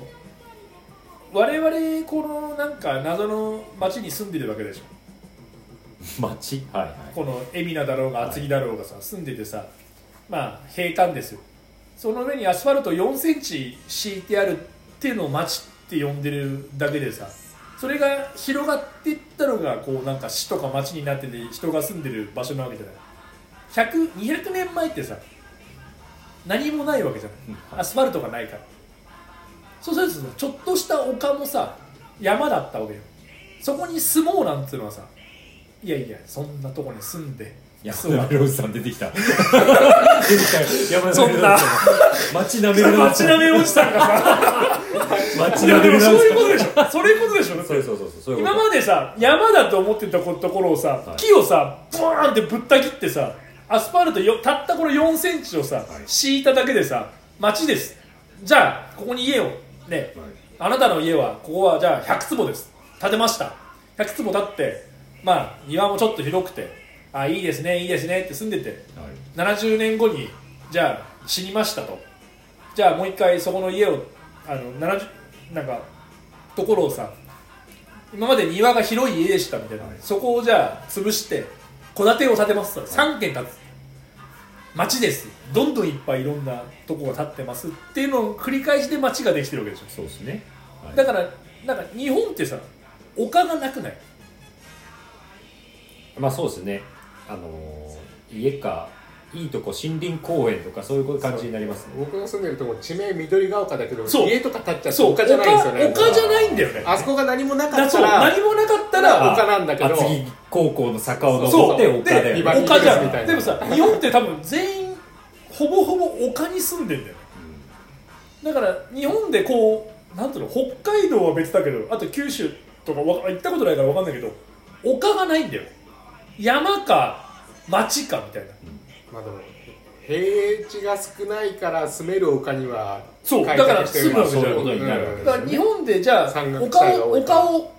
Speaker 1: 我々このなんか謎の町に住んでるわけでしょ
Speaker 2: 街はいはい
Speaker 1: この海老名だろうが厚木だろうがさ住んでてさまあ平坦ですよその上にアスファルト4センチ敷いてあるっていうのを街って呼んでるだけでさそれが広がっていったのがこうなんか市とか町になってて人が住んでる場所なわけじゃない100 200年前ってさ何もないわけじゃないアスファルトがないからそうするとさちょっとした丘もさ山だったわけよそこに住もうなんていうのはさいやいやそんなとこに住んで
Speaker 2: 山
Speaker 1: そう
Speaker 2: 田
Speaker 1: だ
Speaker 2: メロさん出てきた山
Speaker 1: そ
Speaker 2: 田
Speaker 1: ん
Speaker 2: メ
Speaker 1: な
Speaker 2: ロさん街なめる
Speaker 1: 街なめおじさんがさ
Speaker 2: 街
Speaker 1: いや
Speaker 2: な
Speaker 1: で
Speaker 2: め
Speaker 1: も
Speaker 2: る
Speaker 1: そういうことでしょそういうことでしょだって
Speaker 2: そうそうそうそうそういうこ
Speaker 1: 今
Speaker 2: と
Speaker 1: までさ山だと思ってたこところをさ、
Speaker 2: い
Speaker 1: 木をさブーンってぶった切ってさアスファルトよたったこれ4センチをさ、敷いただけでさ町ですじゃあここに家をね
Speaker 2: はい
Speaker 1: あなたの家はここはじゃあ100坪です建てました100坪建ってまあ庭もちょっと広くてあいいですねいいですねって住んでて
Speaker 2: はい
Speaker 1: 70年後にじゃあ死にましたとじゃあもう一回そこの家をあの70なんかところをさ今まで庭が広い家でしたみたいな、
Speaker 2: はい
Speaker 1: そこをじゃあ潰して戸建てを建てます3軒建つ町ですどんどんいっぱいいろんなとこが建ってますっていうのを繰り返しで町ができてるわけでしょ
Speaker 2: そうですねはい
Speaker 1: だからなんか日本ってさ丘がなくない
Speaker 2: まあそうですねあのー家かいいとこ森林公園とかそういう感じになりますね
Speaker 3: 僕が住んでるとこ地名緑が丘だけど
Speaker 1: そう
Speaker 3: 家とか建っちゃって
Speaker 1: そう
Speaker 3: 丘じゃないんですよね
Speaker 1: 丘丘じゃないんだよね
Speaker 3: あそこが何もなか
Speaker 1: だ
Speaker 3: っ
Speaker 1: そう
Speaker 3: たら
Speaker 1: 何もなかった
Speaker 3: あ
Speaker 1: ら
Speaker 3: 丘なんだけど
Speaker 2: 厚木高校の坂を
Speaker 1: そ
Speaker 2: 登
Speaker 1: う
Speaker 2: っ
Speaker 1: で
Speaker 2: て丘だよね
Speaker 3: リバティ
Speaker 1: 丘じゃ
Speaker 3: みた
Speaker 1: ん
Speaker 3: いな
Speaker 1: でもさ日本って多分全員ほぼほぼ丘に住んでんだよだから日本でこうなんていうの北海道は別だけどあと九州とかわ行ったことないから分かんないけど丘がないんだよ山か町かみたいな
Speaker 3: まあでも平地が少ないから住める丘には
Speaker 1: そう
Speaker 3: 開拓してる
Speaker 1: だから
Speaker 2: そう
Speaker 1: 住む
Speaker 2: いう
Speaker 1: わ
Speaker 2: こと
Speaker 1: け
Speaker 2: になるわけ
Speaker 3: う
Speaker 2: で
Speaker 3: ん
Speaker 2: す
Speaker 1: だか
Speaker 2: よ
Speaker 1: ら
Speaker 2: ね
Speaker 1: 日本でじゃあ
Speaker 3: 山岳
Speaker 1: 丘
Speaker 3: 地帯が
Speaker 1: を
Speaker 3: 多いから
Speaker 1: 丘を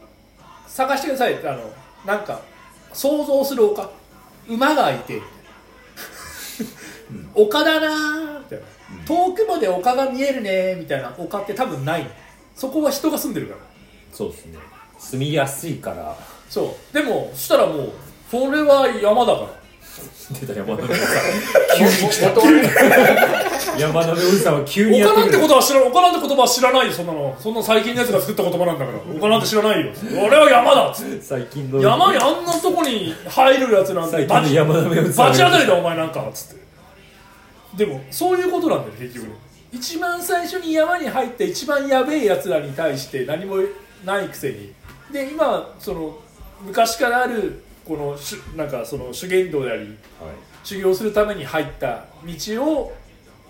Speaker 1: 探してくださいってあのなんか想像する丘馬がいて丘だなーみたいな、遠くまで丘が見えるねーみたいな丘って多分ないのそこは人が住んでるから
Speaker 2: そうですね住みやすいから
Speaker 1: そうでもそしたらもうそれは山だから
Speaker 2: 出た山田さん急に来た山田おじさんは急にや
Speaker 1: 丘
Speaker 2: っ
Speaker 1: な
Speaker 2: てく
Speaker 1: ん
Speaker 2: る
Speaker 1: てことは知らない丘なんて言葉は知らないよそんなのそんな最近のやつが作った言葉なんだから丘なんて知らないよ俺は山だっつって
Speaker 2: 最近の
Speaker 1: 山にあんなとこに入るやつなんて
Speaker 2: 最近の山田めおじさん
Speaker 1: バチ当たりだお前なんかっつってでもそういうことなんだよ結局一番最初に山に入って一番やべえやつらに対して何もないくせにで今その昔からあるこのしゅなんかその修験道であり
Speaker 2: はい
Speaker 1: 修行するために入った道を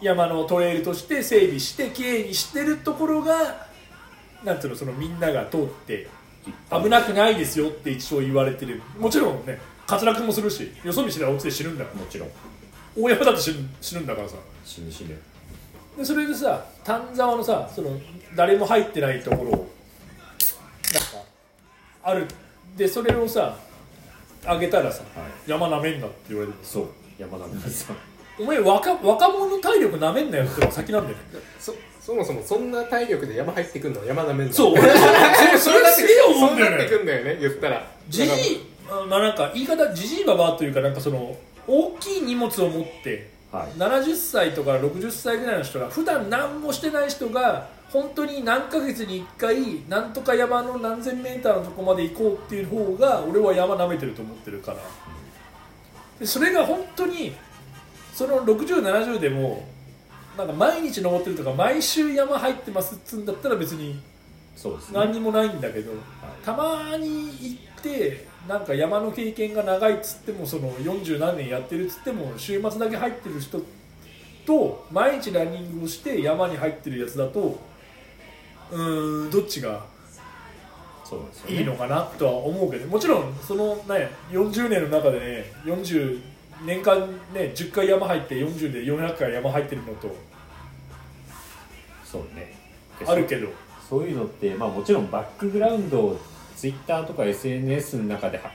Speaker 1: 山のトレイルとして整備してきれいにしてるところがなんていうのそのみんなが通って危なくないですよって一応言われてるもちろんね滑落もするしよそ見しで落ちて死ぬんだから
Speaker 2: もちろん
Speaker 1: 大山だって死ぬ死ぬんだからさ
Speaker 2: 死ぬ死ぬ
Speaker 1: でそれでさ丹沢のさその誰も入ってないところをなんかあるでそれをさあげたらさ
Speaker 2: はい
Speaker 1: 山なめんなって言われてる
Speaker 2: そう山田めおじさん
Speaker 1: お前若若者の体力なめんなよってのが先なんだよね
Speaker 3: そそもそもそんな体力で山入ってくんの山なめん の
Speaker 1: そう俺それそれすげえ思うんだよ
Speaker 3: そうなって
Speaker 1: ね
Speaker 3: くんだよね言ったら
Speaker 1: じじいまあなんか言い方じじいばばあというかなんかその大きい荷物を持って
Speaker 2: はい
Speaker 1: 70歳とか60歳ぐらいの人が普段何もしてない人が本当に何ヶ月に1回なんとか山の何千メーターのとこまで行こうっていう方が俺は山舐めてると思ってるからでそれが本当にその6070でもなんか毎日登ってるとか毎週山入ってますっつうんだったら別に
Speaker 2: そうですね
Speaker 1: 何にもないんだけど
Speaker 2: はい
Speaker 1: たまに行ってなんか山の経験が長いっつってもその40何年やってるっつっても週末だけ入ってる人と毎日ランニングをして山に入ってるやつだとうーんどっちが
Speaker 2: そうなんですよね
Speaker 1: いいのかなとは思うけどもちろんその、ね、40年の中でね40年間ね10回山入って40で400回山入ってるのと
Speaker 2: そうね
Speaker 1: あるけど
Speaker 2: そういうのって、まあ、もちろんバックグラウンドをツイッターとか SNS の中では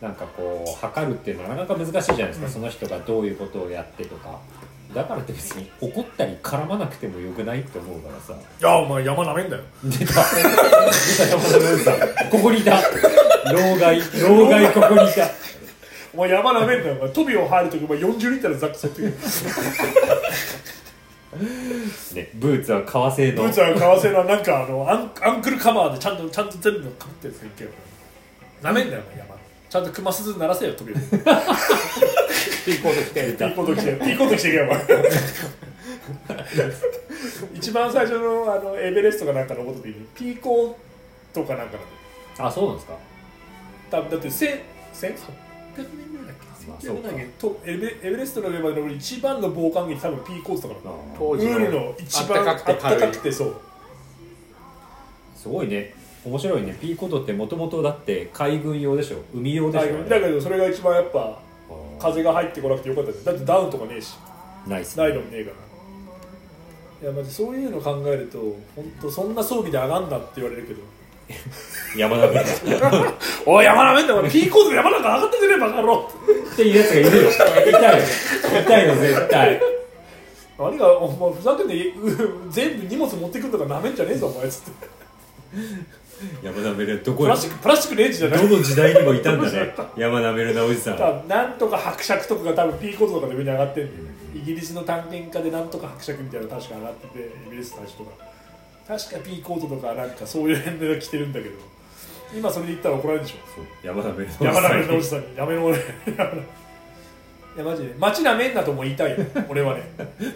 Speaker 2: なんかこう測るっていうのはなかなか難しいじゃないですか、
Speaker 1: うん
Speaker 2: その人がどういうことをやってとかだからって別に怒ったり絡まなくてもよくないって思うからさ
Speaker 1: いやお前山なめんだよ
Speaker 2: 出た出た山田文さんここにいた老害老害ここにいた
Speaker 1: お前山なめんだよお前トビを入るときお前40リッターのザック吸ってくる
Speaker 2: ねブーツは革製の
Speaker 1: ブーツは革製のなんかあのアンアンクルカバーでちゃんとちゃんと全部かぶってる設計なめんだよお前山ちゃんと熊鈴鳴らせよ飛び降りて
Speaker 3: ピーコード来て
Speaker 1: ピーコート着てピーコート着てけよお前一番最初のあのエベレストかなんかのことでピーコートかなんかなん
Speaker 2: あそうなんですか
Speaker 1: だだってせ1800年ぐらいだっけ
Speaker 2: まあ
Speaker 1: 1800年だっけとエベエベレストの上まで登る一番の防寒着多分ピーコートだから
Speaker 3: 当
Speaker 1: ウ
Speaker 3: 時
Speaker 1: ールの一番
Speaker 3: あ
Speaker 1: あ
Speaker 3: っ
Speaker 1: った
Speaker 3: か
Speaker 1: た
Speaker 3: くて軽い
Speaker 1: かくてそう
Speaker 2: すごいね面白いねピーコードってもともとだって海軍用でしょ海用でしょ、
Speaker 1: だけどそれが一番やっぱ
Speaker 2: あ
Speaker 1: 風が入ってこなくてよかったですだってダウンとかねえし
Speaker 2: ーナイス
Speaker 1: ナイロンねえからいやマジそういうの考えると本当そんな装備で上がんだって言われるけど
Speaker 2: 山田部っ
Speaker 1: おい山なめんだお前 P コースで山なんか上がったじゃねえバカ野郎
Speaker 2: ていうやつがいるよ痛いよ痛いよ絶対
Speaker 1: 何がお前ふざけてう全部荷物持ってくるとかなめんじゃねえぞお前っつって
Speaker 2: 山田ベルど
Speaker 1: プ
Speaker 2: こ
Speaker 1: ラスチックプラスチックレンジじゃない
Speaker 2: どの時代にもいたんだね山田ベルなおじさん
Speaker 1: 多分なんとか伯爵とかが多分 P コースとかで上に上がってんだよイギリスの探検家でなんとか伯爵みたいなの確か上がっててイギリス大使とか確か P コートとかなんかそういう辺で着てるんだけど今それで言ったら怒られるでしょ
Speaker 2: そう山田ベル
Speaker 1: 山田弁のお
Speaker 2: の
Speaker 1: じさんにやめろ俺いやマジで町なめんなとも言いたいよ俺はね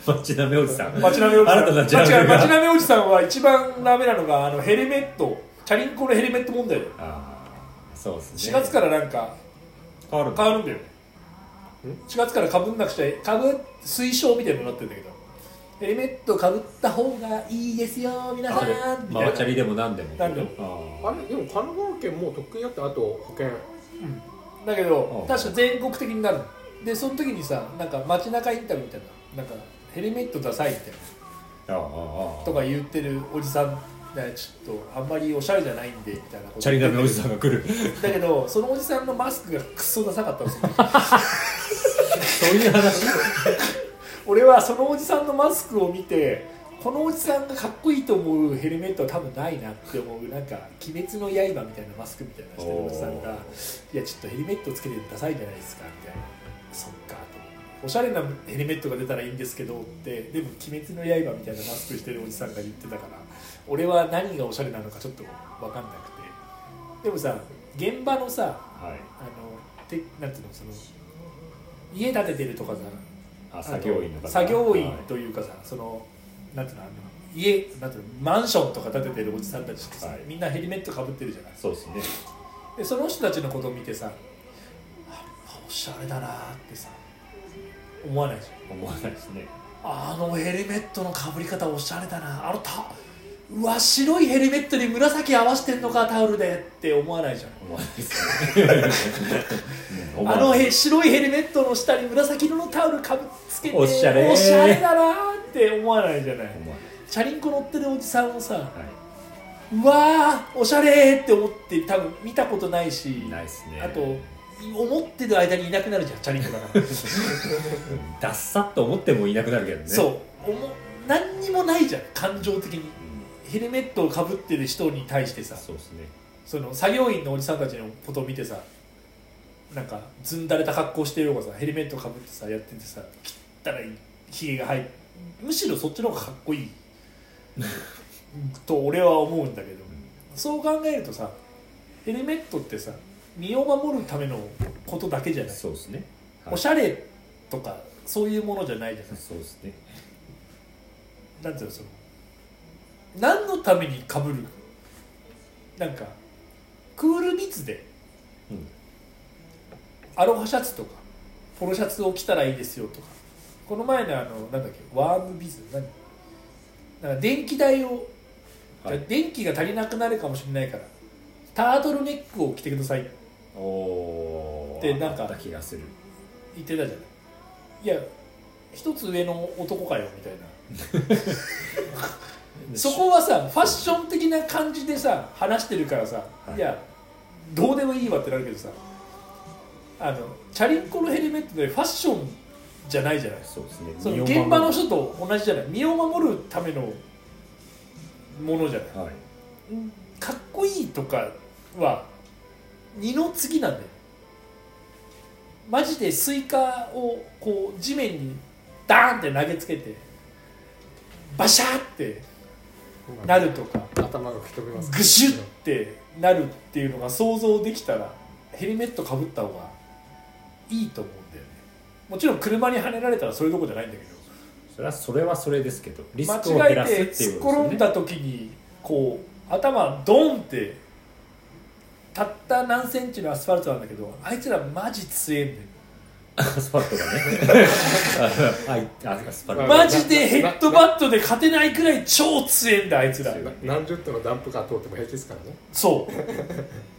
Speaker 2: 町なめおじさん
Speaker 1: 町なめおじさん
Speaker 2: 新たなジャンルが
Speaker 1: 間違い町なめおじさんは一番ダメなのがあのヘルメットチャリンコのヘルメット問題だよ
Speaker 2: あーそうです
Speaker 1: 4
Speaker 2: ね
Speaker 1: 月からなんか
Speaker 2: 変わる
Speaker 1: 変わるんだよ4月からかぶんなくちゃいかぶ推奨みたいになってるんだけどヘルメットかぶった方がいいですよ皆さんみたい
Speaker 2: マ
Speaker 1: な
Speaker 2: マチャリでも何でも
Speaker 1: 何でも
Speaker 2: も
Speaker 3: あれでも神奈川県もう特訓やってあと保険
Speaker 1: だけど
Speaker 2: うん
Speaker 1: 確か全国的になるでその時にさなんか街中インタビューみたいななんかヘルメットダサいみたいな
Speaker 2: ああああ
Speaker 1: とか言ってるおじさんだからちょっとあんまりおしゃれじゃないんでみたいなこと
Speaker 2: チャリダメおじさんが来る
Speaker 1: だけどそのおじさんのマスクがクソダサかったんですよ
Speaker 2: そういう話
Speaker 1: 俺はそのおじさんのマスクを見てこのおじさんがかっこいいと思うヘルメットは多分ないなって思うなんか「鬼滅の刃」みたいなマスクみたいなのしてるおじさんが
Speaker 2: お
Speaker 1: 「いやちょっとヘルメットつけてダサいじゃないですか」みたいな「そっか」とおしゃれなヘルメットが出たらいいんですけどってでも「鬼滅の刃」みたいなマスクしてるおじさんが言ってたから俺は何がおしゃれなのかちょっと分かんなくてでもさ現場のさ
Speaker 2: はい
Speaker 1: あのてなんていうのその家建ててるとかさ
Speaker 2: あ作業員の
Speaker 1: あ
Speaker 2: 方
Speaker 1: と作業員
Speaker 2: はい
Speaker 1: というかさ、そのなんていうのあの家なんていうのマンションとか建ててるおじさんたちってさ、
Speaker 2: はい
Speaker 1: みんなヘルメットかぶってるじゃない
Speaker 2: そうですね
Speaker 1: でその人たちのことを見てさあおしゃれだなってさ思わないじゃん
Speaker 2: 思わないですね
Speaker 1: あのヘルメットのかぶり方おしゃれだなあのたうわ白いヘルメットに紫合わせてんのかタオルでって思わないじゃん
Speaker 2: 思わないですねうん思わ
Speaker 1: あ
Speaker 2: ない
Speaker 1: のへ白いヘルメットの下に紫色のタオルかぶつけて
Speaker 2: おしゃれ
Speaker 1: おしゃれだなーって思わないじゃない
Speaker 2: 思わない
Speaker 1: チャリンコ乗ってるおじさんをさ
Speaker 2: は
Speaker 1: うわーおしゃれーって思って多分見たことないし
Speaker 2: いないですね
Speaker 1: あと思ってる間にいなくなるじゃんチャリンコだ から、
Speaker 2: ダッサッと思ってもいなくなるけどね
Speaker 1: そうおも何にもないじゃん感情的に
Speaker 2: うん
Speaker 1: ヘルメットをかぶってる人に対してさ
Speaker 2: そうですね
Speaker 1: その作業員のおじさんたちのことを見てさなんかずんだれた格好してるようがさヘルメットかぶってさやっててさ汚いひげが入るむしろそっちの方がかっこいいと俺は思うんだけどそう考えるとさヘルメットってさ身を守るためのことだけじゃない
Speaker 2: そうですねはい
Speaker 1: おしゃれとかそういうものじゃないじゃない
Speaker 2: そうですね
Speaker 1: なんていうのその何のためにかぶるなんかクールビズで
Speaker 2: うん
Speaker 1: アロハシャツとかポロシャツを着たらいいですよとかこの前のあのなんだっけワームビズ何なんか電気代を、
Speaker 2: はい
Speaker 1: 電気が足りなくなるかもしれないからタートルネックを着てくださいって
Speaker 2: おー
Speaker 1: でなんか
Speaker 2: あった気がする
Speaker 1: 言ってたじゃないいや一つ上の男かよみたいなそこはさファッション的な感じでさ話してるからさ、、
Speaker 2: はいい
Speaker 1: やどうでもいいわってなるけどさあのチャリンコのヘルメットでファッションじゃないじゃない
Speaker 2: そうですね
Speaker 1: その
Speaker 2: 身を守る
Speaker 1: 現場の人と同じじゃない身を守るためのものじゃない
Speaker 2: はい
Speaker 1: かっこいいとかは二の次なんだよマジでスイカをこう地面にダーンって投げつけてバシャーってなるとか
Speaker 3: 頭が吹き飛びます
Speaker 1: グシュッてなるっていうのが想像できたらヘルメットかぶった方がいいと思うんだよねもちろん車にはねられたらそれどころじゃないんだけど
Speaker 2: それはそれはそれですけどリスクを
Speaker 1: 間違
Speaker 2: 減らすっ
Speaker 1: え
Speaker 2: て
Speaker 1: てす
Speaker 2: い
Speaker 1: っ
Speaker 2: う
Speaker 1: 転
Speaker 2: こと
Speaker 1: ん
Speaker 2: ですね
Speaker 1: だ時にこう頭ドンってたった何センチのアスファルトなんだけどあいつらマジ強えんだよ
Speaker 2: アスファルトがね あはいあアスファルト
Speaker 1: マジでヘッドバットで勝てないくらい超強えんだあいつら
Speaker 2: 強い
Speaker 3: 何十トンのダンプカー通っても平気ですからね
Speaker 1: そう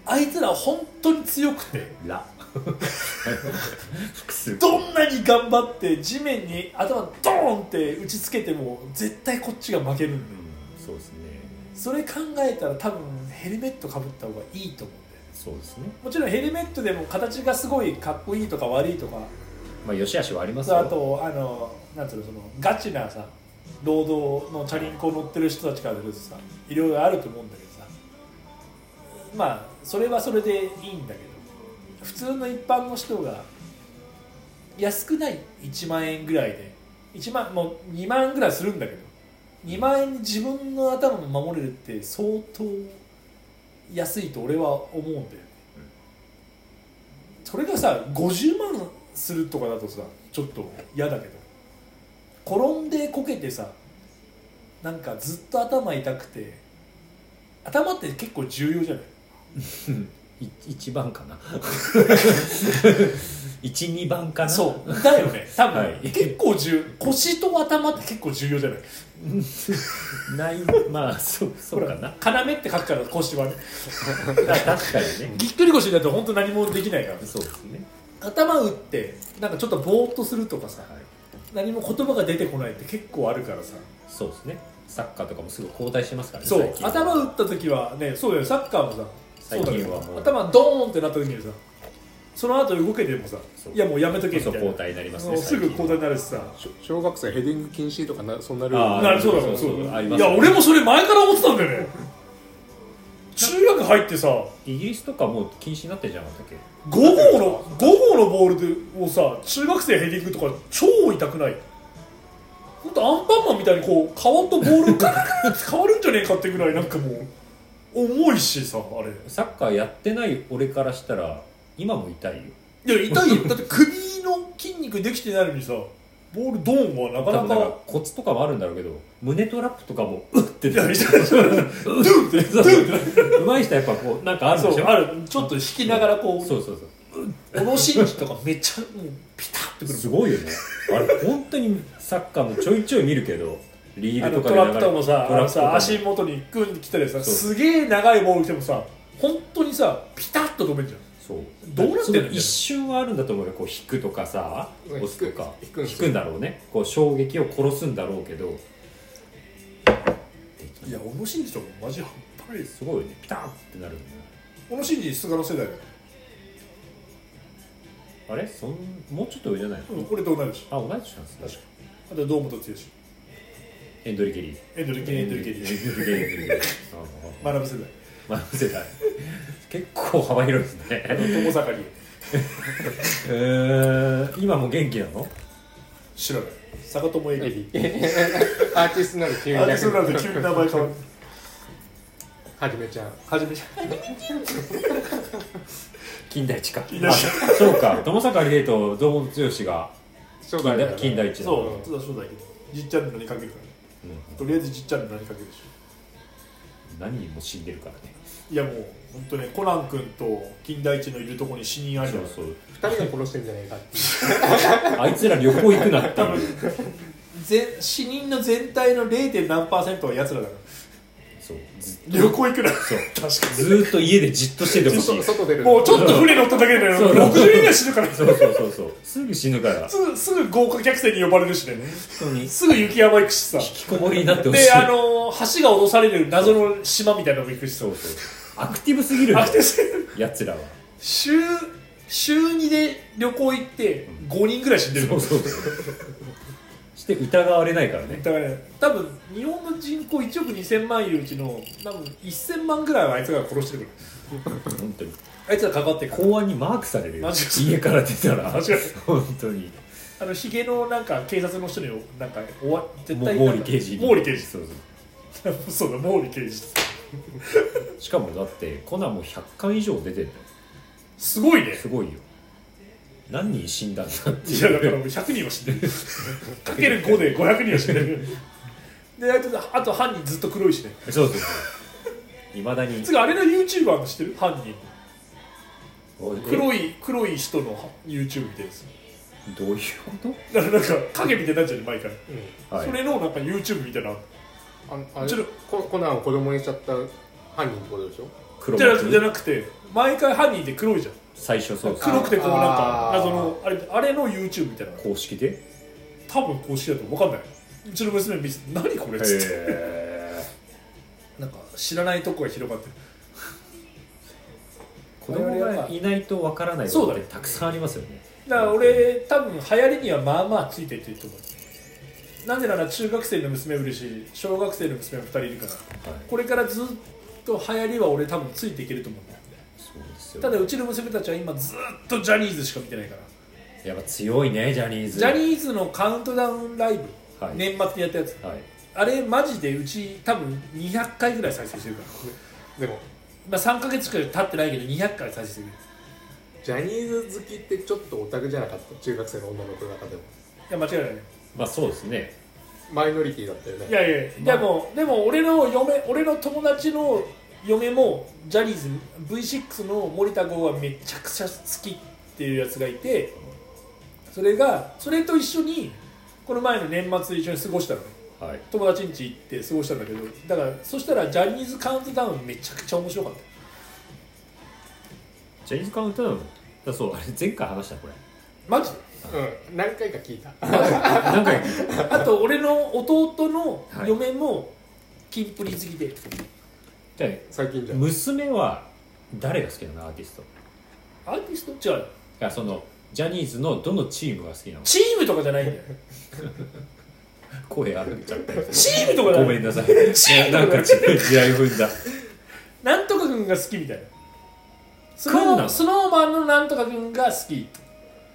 Speaker 1: あいつら本当に強くて
Speaker 2: ラ複数
Speaker 1: どんなに頑張って地面に頭ドーンって打ちつけても絶対こっちが負けるんだよ
Speaker 2: うんそうですね
Speaker 1: それ考えたら多分ヘルメットかぶった方がいいと思うんだよね
Speaker 2: そうですね
Speaker 1: もちろんヘルメットでも形がすごいかっこいいとか悪いとか
Speaker 2: まあ良し悪しはあります
Speaker 1: そう
Speaker 2: よ
Speaker 1: あとあのなんていうのそのガチなさ労働のチャリンコ乗ってる人たちからするとさいろいろあると思うんだけどさまあそれはそれでいいんだけど普通の一般の人が安くない1万円ぐらいで1万もう2万円ぐらいするんだけど2万円で自分の頭も守れるって相当安いと俺は思うんだよね、それがさ50万するとかだとさちょっと嫌だけど転んでこけてさなんかずっと頭痛くて頭って結構重要じゃない
Speaker 2: い一番かな 一二番かな
Speaker 1: そうだよね多分、
Speaker 2: はい
Speaker 1: 結構重腰と頭って結構重要じゃない
Speaker 2: ないまあそうそうかな
Speaker 1: ほら要って書くから腰はね
Speaker 2: 確かにね
Speaker 1: ぎっくり腰だと本当何もできないから
Speaker 2: そうですね
Speaker 1: 頭打ってなんかちょっとぼーっとするとかさ
Speaker 2: はい
Speaker 1: 何も言葉が出てこないって結構あるからさ
Speaker 2: そうですねサッカーとかもすぐ交代してますからね
Speaker 1: そう
Speaker 2: 最近
Speaker 1: 頭打った時はねそうだよサッカーもさ
Speaker 2: 最近はもう
Speaker 1: そうだけど頭ドーンってなった時にさその後動けてもさ
Speaker 2: そう
Speaker 1: いやもうやめとけみた
Speaker 2: そ
Speaker 1: い
Speaker 2: う
Speaker 1: な
Speaker 2: 交代になります
Speaker 1: も
Speaker 2: ね
Speaker 1: うすぐ
Speaker 2: 最近
Speaker 1: 交代になるしさ
Speaker 3: しょ小学生ヘディング禁止とかなそんなル
Speaker 2: あ
Speaker 3: ー
Speaker 2: ー
Speaker 3: ル
Speaker 1: なるそうだから
Speaker 2: そ
Speaker 1: そうう
Speaker 2: そうあ
Speaker 1: だ
Speaker 2: り
Speaker 1: い
Speaker 2: ます
Speaker 1: や俺もそれ前から思ってたんだよね中学入ってさ
Speaker 2: イギリスとかもう禁止になってんじゃなかったっけ
Speaker 1: 5号の5号のボールでをさ中学生ヘディングとか超痛くない本当アンパンマンみたいにこう顔とボールが変わるんじゃねえかってぐらいなんかもう重いしさあれ
Speaker 2: サッカーやってない俺からしたら今も痛いよ
Speaker 1: いや痛いよだ って首の筋肉できてないのにさボールドーンはな
Speaker 2: 多
Speaker 1: か
Speaker 2: 分
Speaker 1: な
Speaker 2: だから
Speaker 1: か
Speaker 2: コツとかもあるんだろうけど胸トラップとかもうっって
Speaker 1: い
Speaker 2: な
Speaker 1: や
Speaker 2: る
Speaker 1: 痛いそうドゥンってドゥンってな る
Speaker 2: うまい人はやっぱこうなんかあるん
Speaker 1: そ
Speaker 2: でし
Speaker 1: う
Speaker 2: ょ
Speaker 1: あるちょっと引きながらこう
Speaker 2: そうそうそう
Speaker 1: おろしとかめっちゃもうピタッてくる
Speaker 2: すごいよねあれ本当にサッカーもちょいちょい見るけどリ
Speaker 1: あ
Speaker 2: ール
Speaker 1: の
Speaker 2: と
Speaker 1: ト
Speaker 2: かで流
Speaker 1: ラ
Speaker 2: れ
Speaker 1: クターもさ
Speaker 2: ト
Speaker 1: あ
Speaker 2: ラ
Speaker 1: の
Speaker 2: クターも
Speaker 1: さ足元にグンって来たりさ
Speaker 2: そう
Speaker 1: すげえ長いボール来てもさ本当にさピタッと止めんじゃん
Speaker 2: そう
Speaker 1: どうなってんの
Speaker 2: その一瞬はあるんだと思うよこう引くとかさ
Speaker 3: うん
Speaker 2: 押すとか
Speaker 3: 引く引くんですよ
Speaker 2: んだろうねこう衝撃を殺すんだろうけど
Speaker 1: いや小野伸二とかマジ半端ないです
Speaker 2: すごいよねピタッってなるんだよね
Speaker 1: 小野伸二菅野世代だよ、
Speaker 2: あれそんもうちょっと上じゃないの
Speaker 1: うん、俺と同じ
Speaker 2: あ同じなんですね
Speaker 1: 確かあと堂本剛
Speaker 2: エンドリケリー
Speaker 1: エンドリケリエンドリケリ
Speaker 2: エンドリケリエンドリケリー
Speaker 1: 学ぶ世代
Speaker 2: まあ世代結構幅広いです
Speaker 1: あの
Speaker 2: ね
Speaker 1: 友坂理恵
Speaker 2: えー今も元気なの
Speaker 1: 知らない坂友
Speaker 3: エ
Speaker 1: 恵
Speaker 3: リー アーティストになる急
Speaker 1: 美
Speaker 3: に
Speaker 1: あれそうなんで急に名前変わる
Speaker 3: はじめちゃん
Speaker 1: はじめちゃん
Speaker 2: 近代一か
Speaker 1: 近代一
Speaker 2: あそうか友坂理恵と堂本剛が
Speaker 3: そう
Speaker 2: 近代近代一なの
Speaker 1: そうそうだそうだけどじっちゃんの名にかけるからね
Speaker 2: うん
Speaker 1: とりあえずじっちゃんの名にかけるでしょ
Speaker 2: 何人も死んでるからね
Speaker 1: いやもう本当ねコナン君と金田一のいるとこに死人ありだか
Speaker 2: そ
Speaker 1: ら
Speaker 2: うそう
Speaker 3: 2人が殺してんじゃないかっていう
Speaker 2: あいつら旅行行くなっていう
Speaker 1: ぜ死人の全体の 0. 何パーセントはやつらだから
Speaker 2: そうず
Speaker 1: 旅行行くな
Speaker 2: そう
Speaker 1: 確
Speaker 2: ずーっと家でじっとしててほし
Speaker 3: 外
Speaker 2: いそう
Speaker 3: 外出る
Speaker 1: もうちょっと船乗っただけで
Speaker 2: そう
Speaker 1: 60人が死ぬから
Speaker 2: そうそうそうすぐ死ぬから
Speaker 1: すぐすぐ豪華客船に呼ばれるしね
Speaker 2: 本当に引
Speaker 1: すぐ雪山行くしさ
Speaker 2: きこもりになってほしい
Speaker 1: であのー橋が落とされる謎の島みたいなのも行くしさ
Speaker 2: そうそうアクティブすぎるんだ
Speaker 1: あ
Speaker 2: よ
Speaker 1: でそれ
Speaker 2: やつらは
Speaker 1: 週週2で旅行行って5人ぐらい死んでる
Speaker 2: そ
Speaker 1: の
Speaker 2: うそうそうして疑われないからね
Speaker 1: だからね多分日本の人口1億2000万いるうちの多分1000万ぐらいはあいつらが殺してるか
Speaker 2: 本当に
Speaker 1: らあいつら関わってるから
Speaker 2: 公安にマークされるよ
Speaker 1: マジ
Speaker 2: 家から出たら
Speaker 1: マジ
Speaker 2: 本当に
Speaker 1: あのひげのなんか警察の人になんかおわ絶
Speaker 2: も
Speaker 1: 対
Speaker 2: う
Speaker 1: なんか
Speaker 2: 毛利刑事
Speaker 1: 毛利刑事
Speaker 2: そうそう
Speaker 1: そうだ毛利刑事
Speaker 2: しかもだってコナンも100巻以上出てる
Speaker 1: すごいね
Speaker 2: すごいよ何人死んだんだって
Speaker 1: い
Speaker 2: い
Speaker 1: やだ
Speaker 2: う
Speaker 1: からもう100人は死んでるかける5で500人は死んでるであいつあと犯人ずっと黒いしね
Speaker 2: そうそういまだに
Speaker 1: つうかあれの YouTuber の知ってる犯人
Speaker 2: え
Speaker 1: 黒い黒い人の YouTube みたいです
Speaker 2: どういうこ
Speaker 1: だからなんか影みたいになっちゃうね毎回、
Speaker 2: と、はい
Speaker 1: それのなんか YouTube みたいなのある
Speaker 3: ああれ
Speaker 1: ちょっ
Speaker 3: ココナンを子供にしちゃった犯人ってことでしょ
Speaker 2: 黒
Speaker 1: じゃな
Speaker 2: 幕
Speaker 1: くじゃなくて毎回犯人って黒いじゃん
Speaker 2: 最初そう
Speaker 1: 黒くてこうなんか
Speaker 3: あー
Speaker 1: 謎のあれあれの YouTube みたいなの
Speaker 2: 公式で
Speaker 1: 多分こうしてると分かんないうちの娘見せて「何これ」っつって
Speaker 2: へ
Speaker 1: なんか知らないとこが広がってる
Speaker 2: ー子供がいないとわからないこ
Speaker 1: そう
Speaker 2: とっ
Speaker 1: だ
Speaker 2: て
Speaker 1: ね
Speaker 2: たくさんありますよね
Speaker 1: だから俺多分流行りにはまあまあついていってると思うなぜなら中学生の娘もいるし小学生の娘も2人いるから
Speaker 2: はい
Speaker 1: これからずっと流行りは俺多分ついていけると思うんだよ
Speaker 2: そうですよ
Speaker 1: ただうちの娘たちは今ずっとジャニーズしか見てないから
Speaker 2: やっぱ強いねジャニーズ
Speaker 1: ジャニーズのカウントダウンライブ、
Speaker 2: はい
Speaker 1: 年末にやったやつ
Speaker 2: はい
Speaker 1: あれマジでうち多分200回ぐらい再生してるから
Speaker 3: でも
Speaker 1: まあ3ヶ月くらい経ってないけど200回再生してるい
Speaker 3: ジャニーズ好きってちょっとオタクじゃなかった中学生の女の子の中でも
Speaker 1: や間違いないね
Speaker 2: まあそうですね
Speaker 3: マイノリティだったよね
Speaker 1: いやいや、
Speaker 2: まあ
Speaker 1: でもでも俺の嫁俺の友達の嫁もジャニーズ V6 の森田剛がめちゃくちゃ好きっていうやつがいてそれがそれと一緒にこの前の年末一緒に過ごしたのね
Speaker 2: はい
Speaker 1: 友達ん家行って過ごしたんだけどだからそしたらジャニーズカウントダウンめちゃくちゃ面白かった
Speaker 2: ジャニーズカウントダウンだそうあれ前回話したこれ
Speaker 1: マジ
Speaker 3: うん、何回か聞 いた
Speaker 2: なんか
Speaker 1: あと俺の弟の嫁もキンプリ好きで
Speaker 2: じゃ
Speaker 3: 最近じ
Speaker 2: あ
Speaker 3: ゃん
Speaker 2: 娘は誰が好きなのアーティスト
Speaker 1: アーティスト違う
Speaker 2: いやそのジャニーズのどのチームが好きなの
Speaker 1: チームとかじゃないんだよ
Speaker 2: 声あるんちゃった
Speaker 1: チームとかじゃ
Speaker 2: ご
Speaker 1: な
Speaker 2: め
Speaker 1: い
Speaker 2: んなさいなんか違う地雷踏んだ
Speaker 1: なんとか君が好きみたいなス
Speaker 2: 来ん
Speaker 1: ノー
Speaker 2: な
Speaker 1: スノーマンのなんとか君が好き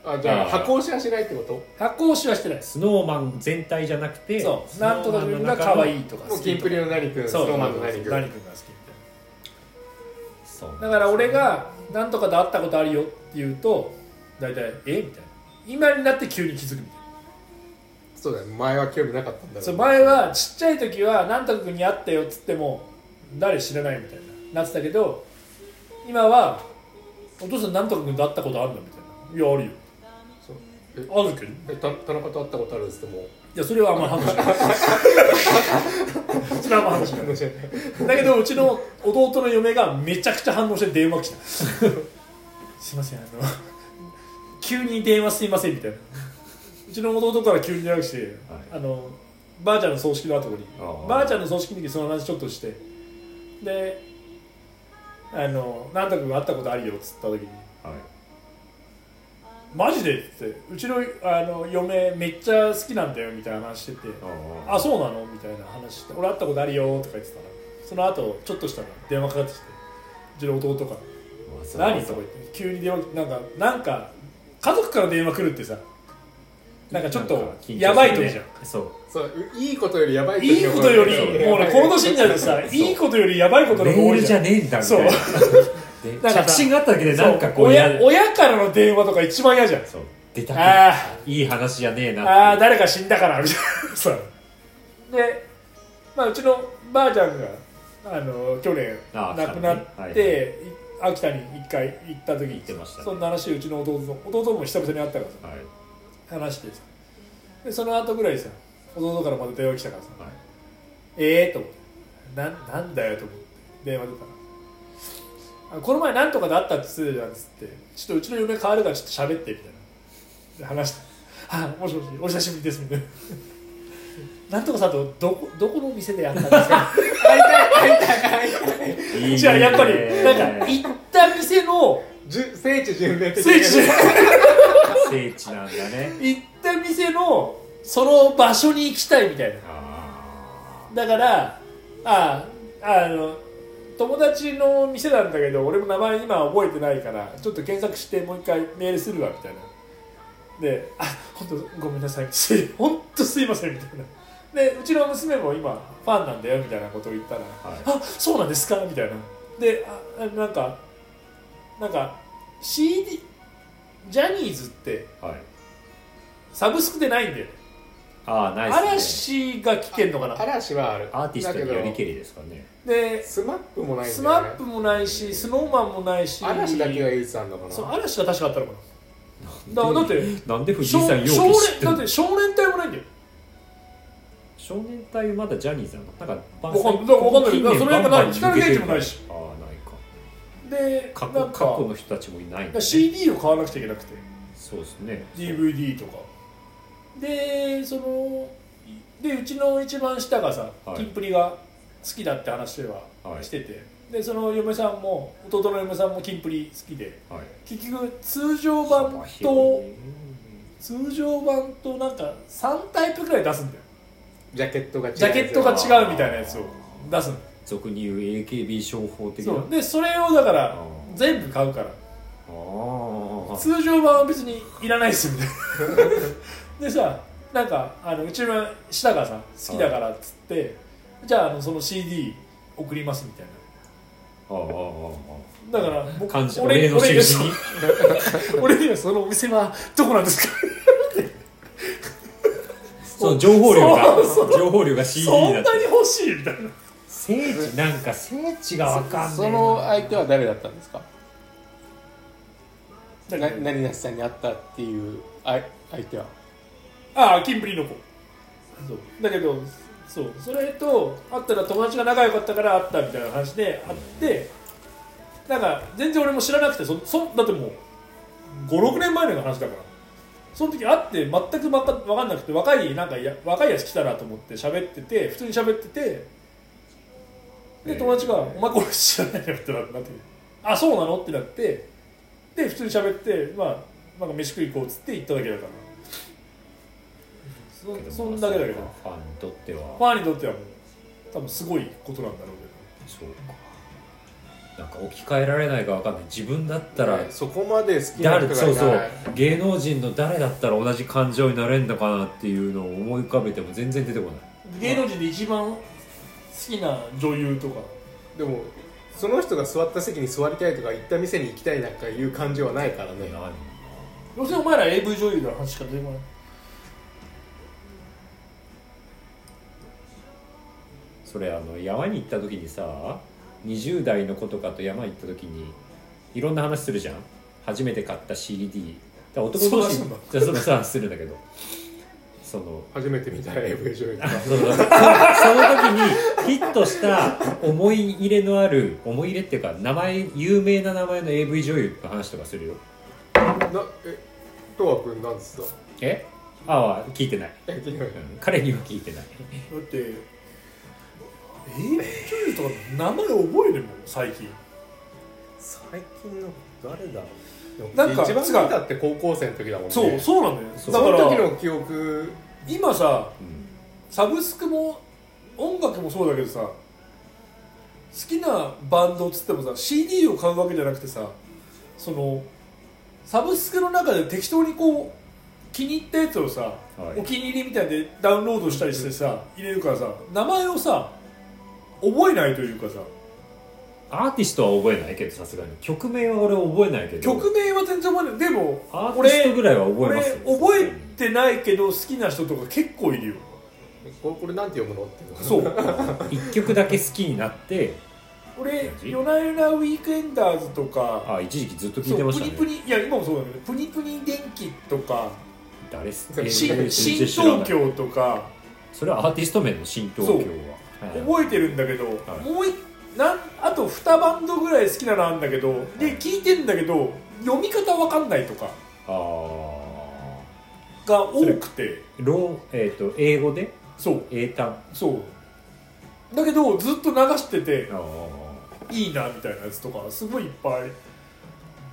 Speaker 3: あじゃ
Speaker 2: あー
Speaker 3: あ箱押しはしないってこと
Speaker 1: 発行しはしてないです
Speaker 2: スノーマン全体じゃなくて
Speaker 1: そうなんとか君が可愛いとか
Speaker 3: も
Speaker 1: 好
Speaker 3: う
Speaker 1: き
Speaker 3: キンプリの何君ス
Speaker 1: そう
Speaker 3: ノーマンの何
Speaker 1: 何君が好
Speaker 3: 君
Speaker 1: きみ
Speaker 2: そう
Speaker 1: たいなだから俺がなんとかと会ったことあるよって言うと大体えみたいな今になって急に気づくみたいな
Speaker 3: そうだよ前は興味なかったんだ
Speaker 1: そ
Speaker 3: ろ
Speaker 1: う
Speaker 3: う
Speaker 1: 前はちっちゃい時はなんとか君に会ったよっつっても誰知らないみたいななってたけど今はお父さんなんとか君と会ったことあるのみたいないやあるよ
Speaker 3: そう
Speaker 1: あるけどい
Speaker 3: えた田中と会ったことあるっ つっても
Speaker 1: やそれはあんまり話し ないそれはあんま話しないだけどうちの弟の嫁がめちゃくちゃ反応して電話来たすいませんあの急に電話すいませんみたいなうちの弟から急に電話して、
Speaker 2: はい
Speaker 1: あのばあちゃんの葬式の後に
Speaker 2: あー
Speaker 1: ばあちゃんの葬式の時その話ちょっとしてであの何とかが会ったことあるよっつった時に
Speaker 2: はい
Speaker 1: 「マジで?」っつって「うちのあの嫁めっちゃ好きなんだよ」みたいな話してて「あ
Speaker 2: あ
Speaker 1: そうなの?」みたいな話して「俺会ったことあるよ」とか言ってたらその後ちょっとしたら電話かかってきてうちの弟から「何?」とか言って急に電話なんかなんか家族から電話来るってさなんかちょっとやばい時じゃん
Speaker 2: そう
Speaker 3: そういいことよりやばい
Speaker 1: いいことより
Speaker 3: そう
Speaker 1: もうねこの年になるとさいいことよりやばいことの
Speaker 2: メ
Speaker 1: 方が
Speaker 2: ー
Speaker 1: 多い
Speaker 2: ル
Speaker 1: じ
Speaker 2: じ
Speaker 1: ゃ
Speaker 2: ゃ
Speaker 1: ん
Speaker 2: ねえんだみたいなで
Speaker 1: なんか
Speaker 2: 着信があっただけでなんかこうや
Speaker 1: 親親からの電話とか一番嫌じゃん
Speaker 2: そう出たくない
Speaker 1: あ
Speaker 2: いい話じゃねえな
Speaker 1: ーあー
Speaker 2: って
Speaker 1: 誰か死んだからみたいな さで、まあ、うちのばあちゃんがあの去年
Speaker 2: あー
Speaker 1: 亡くなって、
Speaker 2: 秋田にね
Speaker 1: い秋田に一回行った時
Speaker 2: 言ってましたね
Speaker 1: そんな話をうちの弟と弟も久々に会ったからさ
Speaker 2: はい
Speaker 1: 話してさでその後ぐらいさ弟からまた電話来たからさ
Speaker 2: はい
Speaker 1: ええと思ってななんだよと思って電話出たらあこの前なんとかだったっつってたじゃんっつってちょっとうちの嫁変わるからちょっと喋ってみたいなで話 して「あもしもしお久しぶりです」みたいな「なんとかさんとどこどこの店でやったんですか?
Speaker 2: いい」ね
Speaker 1: じゃあやっぱりなんか行った店の
Speaker 3: じゅ聖地巡礼的
Speaker 1: 聖地
Speaker 3: な
Speaker 2: 聖地なんだね
Speaker 1: 行った店のその場所に行きたいみたいな
Speaker 2: あ
Speaker 1: だからあああの友達の店なんだけど俺も名前今覚えてないからちょっと検索してもう一回メールするわみたいなで「あ本当ごめんなさいす本当すいません」みたいなでうちの娘も今ファンなんだよみたいなことを言ったら「
Speaker 2: あはい
Speaker 1: あそうなんですか?」みたいなでああなんかなんか CD ジャニーズって
Speaker 2: はい
Speaker 1: サブスクでないんだよ、
Speaker 2: ああナイスね
Speaker 1: 嵐が来てんのかな
Speaker 3: 嵐はある
Speaker 2: アーティストにやりけ
Speaker 3: だ
Speaker 2: りですかね
Speaker 1: で
Speaker 3: けどスマップもないんだよね
Speaker 1: スマップもないし、スノーマンもないし、
Speaker 3: 嵐だけが唯一あんのかな
Speaker 1: そう嵐が確かあったのかな。だだって、
Speaker 2: なんで藤井
Speaker 1: 少
Speaker 2: さん
Speaker 1: 年
Speaker 2: 容疑知って
Speaker 1: だ
Speaker 2: ん
Speaker 1: っ
Speaker 2: の
Speaker 1: て少年隊もないんだよ。
Speaker 2: 少年隊まだジャニーズなのなんか
Speaker 1: わかんないわかんないだからそれなんかない光源氏もないし
Speaker 2: ああないか
Speaker 1: で、
Speaker 2: 過
Speaker 1: な
Speaker 2: 去
Speaker 1: ん
Speaker 2: 過去
Speaker 1: か
Speaker 2: の人たちもいないんだ
Speaker 1: か
Speaker 2: ね
Speaker 1: CD を買わなくちゃいけなくて、
Speaker 2: そうですね
Speaker 1: DVD とか。で、その、で、うちの一番下がさ、
Speaker 2: はい
Speaker 1: キンプリが好きだって話
Speaker 2: は
Speaker 1: はいしてて、で、その嫁さんも、弟の嫁さんもキンプリ好きで、
Speaker 2: はい
Speaker 1: 結局、通常版と、通常版となんか3タイプくらい出すんだよ。
Speaker 3: ジャケットが違う
Speaker 1: ジャケットが違うみたいなやつを出すの
Speaker 2: 俗に言う AKB 商法的な
Speaker 1: そうでそれをだから
Speaker 2: あー
Speaker 1: 全部買うから
Speaker 2: あ
Speaker 1: 通常版は別にいらないですみたい なでさなんかあのうちの下がさ好きだからっつって、じゃああのその CD 送りますみたい
Speaker 2: あああああ
Speaker 1: なだから
Speaker 2: あ感じお
Speaker 1: 俺
Speaker 2: 礼の
Speaker 1: 俺
Speaker 2: 印
Speaker 1: そ
Speaker 2: に
Speaker 1: う俺にはそのお店はどこなん ですか
Speaker 2: その情報量が
Speaker 1: そう
Speaker 2: 情報量が CD
Speaker 1: そん
Speaker 2: に
Speaker 1: な
Speaker 2: なっ
Speaker 1: に
Speaker 2: て
Speaker 1: 欲しいみたいな
Speaker 2: 聖地なんか聖地がわかんねえな
Speaker 4: その相手は誰だったんですかな
Speaker 1: だから
Speaker 4: 何々さんに会ったっていう相相手は
Speaker 1: ああキンプリの子
Speaker 4: そう
Speaker 1: だけどそうそれと会ったら友達が仲良かったから会ったみたいな話で会ってなんか全然俺も知らなくてそそだってもう56年前の話だからその時会って全くわかわかんなくて若いなんかや若いやつ来たなと思って喋ってて普通に喋っててで友達が「お前これ知らないよ」ってなって「あそうなの?」ってなってで普通に喋ってまあなんか飯食い行こうっつって行っただけだからそそんだけだけど
Speaker 2: ファンにとっては
Speaker 1: ファンにとってはもう多分すごいことなんだろうけ
Speaker 2: そうかなんか置き換えられないかわかんない自分だったら、
Speaker 3: ねそこまで好きな人が
Speaker 2: 誰
Speaker 3: いない
Speaker 2: そうそう芸能人の誰だったら同じ感情になれんのかなっていうのを思い浮かべても全然出てこない
Speaker 1: ど芸能人で一番好きな女優とか
Speaker 3: でもその人が座った席に座りたいとか行った店に行きたいなんかいう感じはないからね
Speaker 2: ない
Speaker 1: 要するにお前ら AV 女優の話しか出てこない
Speaker 2: それあの山に行った時にさ20代の子とかと山行った時にいろんな話するじゃん初めて買った CD だから男同士
Speaker 1: そうなんだ
Speaker 2: じゃあそのさするんだけどその
Speaker 3: 初めて見た AV 女優とか
Speaker 2: そうそうそのその時にヒットした思い入れのある思い入れっていうか名前有名な名前の AV 女優の話とかするよ
Speaker 3: なえとわくんなんですか
Speaker 2: えああ聞いてない、
Speaker 3: え気になる
Speaker 2: うん彼には聞いてない
Speaker 1: だって AV 女優とか名前覚えるもん最近
Speaker 3: 最近の誰だろう
Speaker 1: なんか
Speaker 3: 一番見たって高校生の時だもんね
Speaker 1: そうそうなんだよ
Speaker 2: そう
Speaker 1: だ
Speaker 3: そ
Speaker 1: か
Speaker 3: の時
Speaker 1: ら
Speaker 3: の記憶
Speaker 1: 今さ
Speaker 2: うん
Speaker 1: サブスクも音楽もそうだけどさ好きなバンドっつってもさ CD を買うわけじゃなくてさそのサブスクの中で適当にこう気に入ったやつをさ、
Speaker 2: はい
Speaker 1: お気に入りみたいでダウンロードしたりしてさ入れるからさ名前をさ覚えないというかさ
Speaker 2: アーティストは覚えないけどさすがに曲名は俺覚えないけど
Speaker 1: 曲名は全然覚えないでも
Speaker 2: アーティスト
Speaker 1: 俺
Speaker 2: ぐらいは覚え
Speaker 1: 俺
Speaker 2: ますよ
Speaker 1: 覚えてないけど好きな人とか結構いるよ
Speaker 3: これこれなんて読むのっていうの
Speaker 1: そう
Speaker 2: 一曲だけ好きになって
Speaker 1: 俺「夜な夜なウィークエンダーズ」とか
Speaker 2: あ一時期ずっと
Speaker 1: そ
Speaker 2: 聞いうてましたね
Speaker 1: プニプニいや今もそうだけどプニプニ電気とか
Speaker 2: 誰っす
Speaker 3: えー
Speaker 1: 新
Speaker 2: 全然
Speaker 1: 新
Speaker 2: 知らない
Speaker 1: 東京とか
Speaker 2: それはアーティスト名の新東京ははい
Speaker 1: 覚えてるんだけど、
Speaker 2: い
Speaker 1: もういなんあと2バンドぐらい好きなのあるんだけどで聞いてんだけど読み方わかんないとか
Speaker 2: あ
Speaker 1: が多くて
Speaker 2: あローえっ、と英語で
Speaker 1: そう
Speaker 2: 英単
Speaker 1: そうだけどずっと流してて
Speaker 2: ああ、
Speaker 1: いいなみたいなやつとかすごいいっぱい